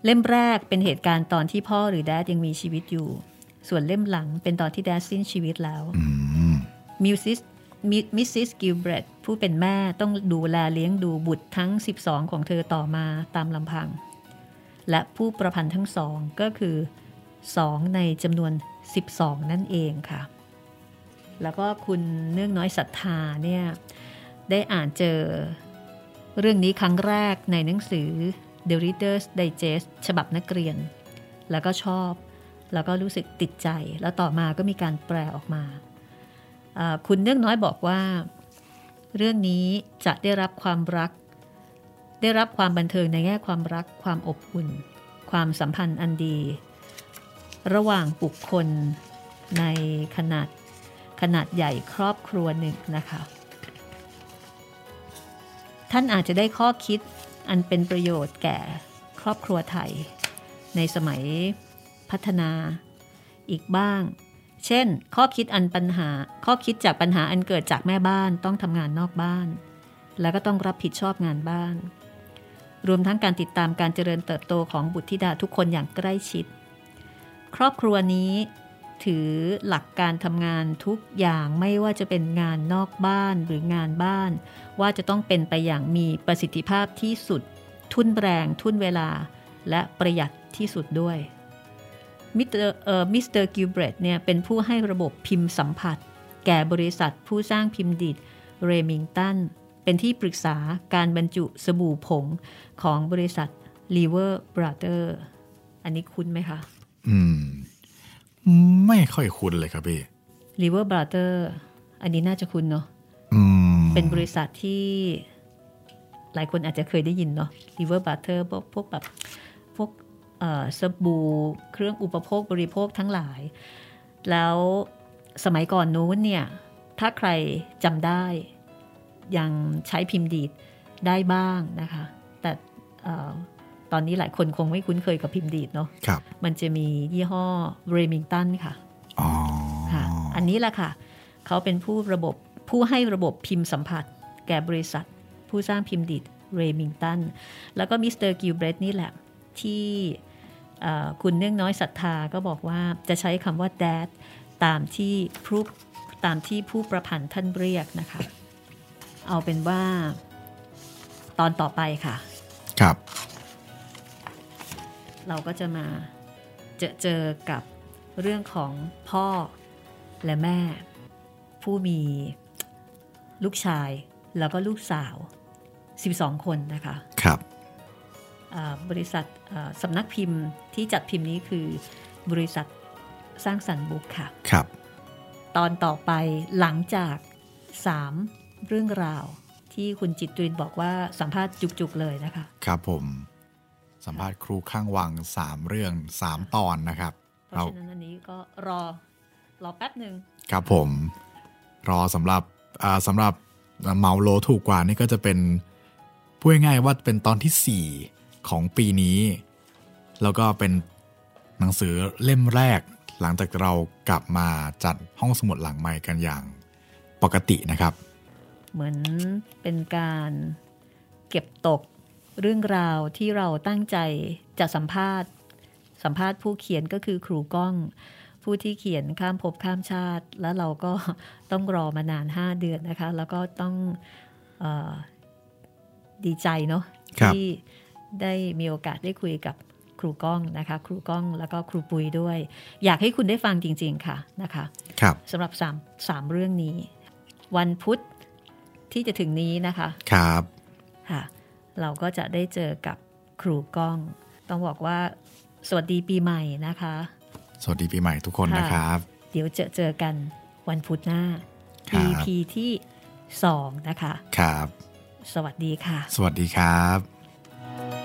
Speaker 2: เล่มแรกเป็นเหตุการณ์ตอนที่พ่อหรือแดดยังมีชีวิตอยู่ ส่วนเล่มหลังเป็นตอนที่แดดสิ้นชีวิตแล้ว
Speaker 1: อืม
Speaker 2: มิวซิสมิมิสซิสกิลเบรดผู้เป็นแม่ต้องดูแลเลี้ยงดูบุตรทั้ง 12 ของเธอต่อมาตามลำพัง และผู้ประพันธ์ทั้งสองก็คือ 2 ในจำนวน 12 นั่นเองค่ะ แล้วก็คุณเนื่องน้อยศรัทธาเนี่ย ได้อ่านเจอเรื่องนี้ครั้งแรกในหนังสือ The Reader's Digest ฉบับนักเรียน แล้วก็ชอบ แล้วก็รู้สึกติดใจ แล้วต่อมาก็มีการแปลออกมา เอ่อคุณเนื่องน้อยบอกว่า เรื่องนี้จะได้รับความรัก ได้รับความบันเทิงในแง่ความรัก ความอบอุ่น ความสัมพันธ์อันดี ระหว่างบุคคลในขนาดขนาดใหญ่ครอบครัวหนึ่งนะคะ ท่านอาจจะได้ข้อคิดอันเป็นประโยชน์แก่ครอบครัวไทย ในสมัยพัฒนา อีกบ้าง เช่น ข้อคิดอันปัญหา ข้อคิดจากปัญหาอันเกิดจากแม่บ้านต้องทำงานนอกบ้าน แล้วก็ต้องรับผิดชอบงานบ้าน รวมทั้งการติดตามการเจริญเติบโตของบุตรธิดาทุกคนอย่างใกล้ชิด ครอบครัวนี้ ถือหลักการทำงานทุกอย่างไม่ว่าจะเป็นงานนอกบ้านหรืองานบ้าน ว่าจะต้องเป็นไปอย่างมีประสิทธิภาพที่สุด ทุนแรงทุนเวลา และประหยัดที่สุดด้วย มิสเตอร์เอ่อมิสเตอร์กิวเบรดเนี่ยเป็นผู้ให้ระบบพิมพ์สัมผัส แก่บริษัทผู้สร้างพิมพ์ดิดเรมิงตันเป็นที่ปรึกษาการบรรจุสบู่ผงของบริษัท Lever Brother อันนี้คุ้นไหมคะ
Speaker 1: อืม ไม่ค่อยคุ้นเลยครับพี่
Speaker 2: Lever Brother อันนี้น่าจะคุ้นเนาะ
Speaker 1: อืม
Speaker 2: เป็นบริษัทที่หลายคนอาจจะเคยได้ยินเนาะ River Butter พวกพวกแบบพวกเอ่อสบู่เครื่องอุปโภคบริโภคทั้งหลาย แล้วสมัยก่อนนู้นเนี่ย ถ้าใครจำได้ยังใช้พิมพ์ดีดได้บ้างนะคะ แต่เอ่อตอนนี้หลายคนคงไม่คุ้นเคยกับพิมพ์ดีดเนาะ
Speaker 1: ครับ
Speaker 2: มันจะมียี่ห้อเรมิงตันค่ะ
Speaker 1: อ๋อ
Speaker 2: ค่ะอันนี้แหละค่ะ เขาเป็นผู้ระบบผู้ให้ระบบพิมพ์สัมผัส แก่บริษัท ผู้สร้างพิมพ์ดิดเรมิงตัน แล้วก็มิสเตอร์กิลเบรดนี่แหละ ที่เอ่อคุณเนื่องน้อยศรัทธาก็บอกว่าจะใช้คำว่า dad ตามที่ผู้ตามที่ผู้ประพันธ์ท่านเรียกนะคะ เอาเป็นว่าตอนต่อไปค่ะ
Speaker 1: ครับ
Speaker 2: เราก็จะมาเจอเจอกับเรื่องของพ่อและแม่ ผู้มีลูกชายแล้วก็ลูกสาว 12 คนนะคะ
Speaker 1: ครับ
Speaker 2: อ่าบริษัทอ่าสำนักพิมพ์ที่จัดพิมพ์นี้คือบริษัทสร้างสรรค์บุ๊กค่ะ
Speaker 1: ครับ
Speaker 2: ตอนต่อไปหลังจาก 3 เรื่องราว ที่คุณจิตตรินบอกว่าสัมภาษณ์จุกๆเลยนะคะ
Speaker 1: ครับผม สัมภาษณ์ครูข้างวังสามเรื่องสามตอนนะครับ
Speaker 2: เพราะฉะนั้นอันนี้ก็รอรอแป๊บหนึ่ง
Speaker 1: ครับผมรอสำหรับอ่าสำหรับเมาโลถูกกว่านี่ก็จะเป็นพูดง่ายๆว่าเป็นตอนทีสี่4 ของปีนี้ แล้วก็เป็นหนังสือเล่มแรก หลังจากเรากลับมาจัดห้องสมุดหลังใหม่กันอย่างปกตินะครับ
Speaker 2: เหมือนเป็นการเก็บตกเรื่องราวที่เราตั้งใจจะสัมภาษณ์ สัมภาษณ์ผู้เขียนก็คือครูก้อง ผู้ที่เขียนข้ามภพข้ามชาติ แล้วเราก็ ต้องรอมานาน 5 เดือนนะคะ แล้วก็ต้องเออดีใจเนาะ
Speaker 1: ครับ
Speaker 2: ที่ได้มีโอกาสได้คุยกับครูก้องนะคะ ครูก้องแล้วก็ครูปุยด้วย อยากให้คุณได้ฟังจริง ๆ ค่ะนะคะ
Speaker 1: ครับ
Speaker 2: สำหรับสามสามเรื่องนี้ วันพุธที่จะถึงนี้นะคะ
Speaker 1: ครับ
Speaker 2: ค่ะ เราก็จะได้เจอกับครูก้อง ต้องบอกว่าสวัสดีปีใหม่นะคะ
Speaker 1: สวัสดีปีใหม่ทุกคน
Speaker 2: ค่ะ
Speaker 1: นะครับ
Speaker 2: เดี๋ยวเจอเจอกันวันพุธหน้า
Speaker 1: ครับ
Speaker 2: EP ที่ 2 นะคะ
Speaker 1: ครับ
Speaker 2: สวัสดีค่ะ
Speaker 1: สวัสดีครับ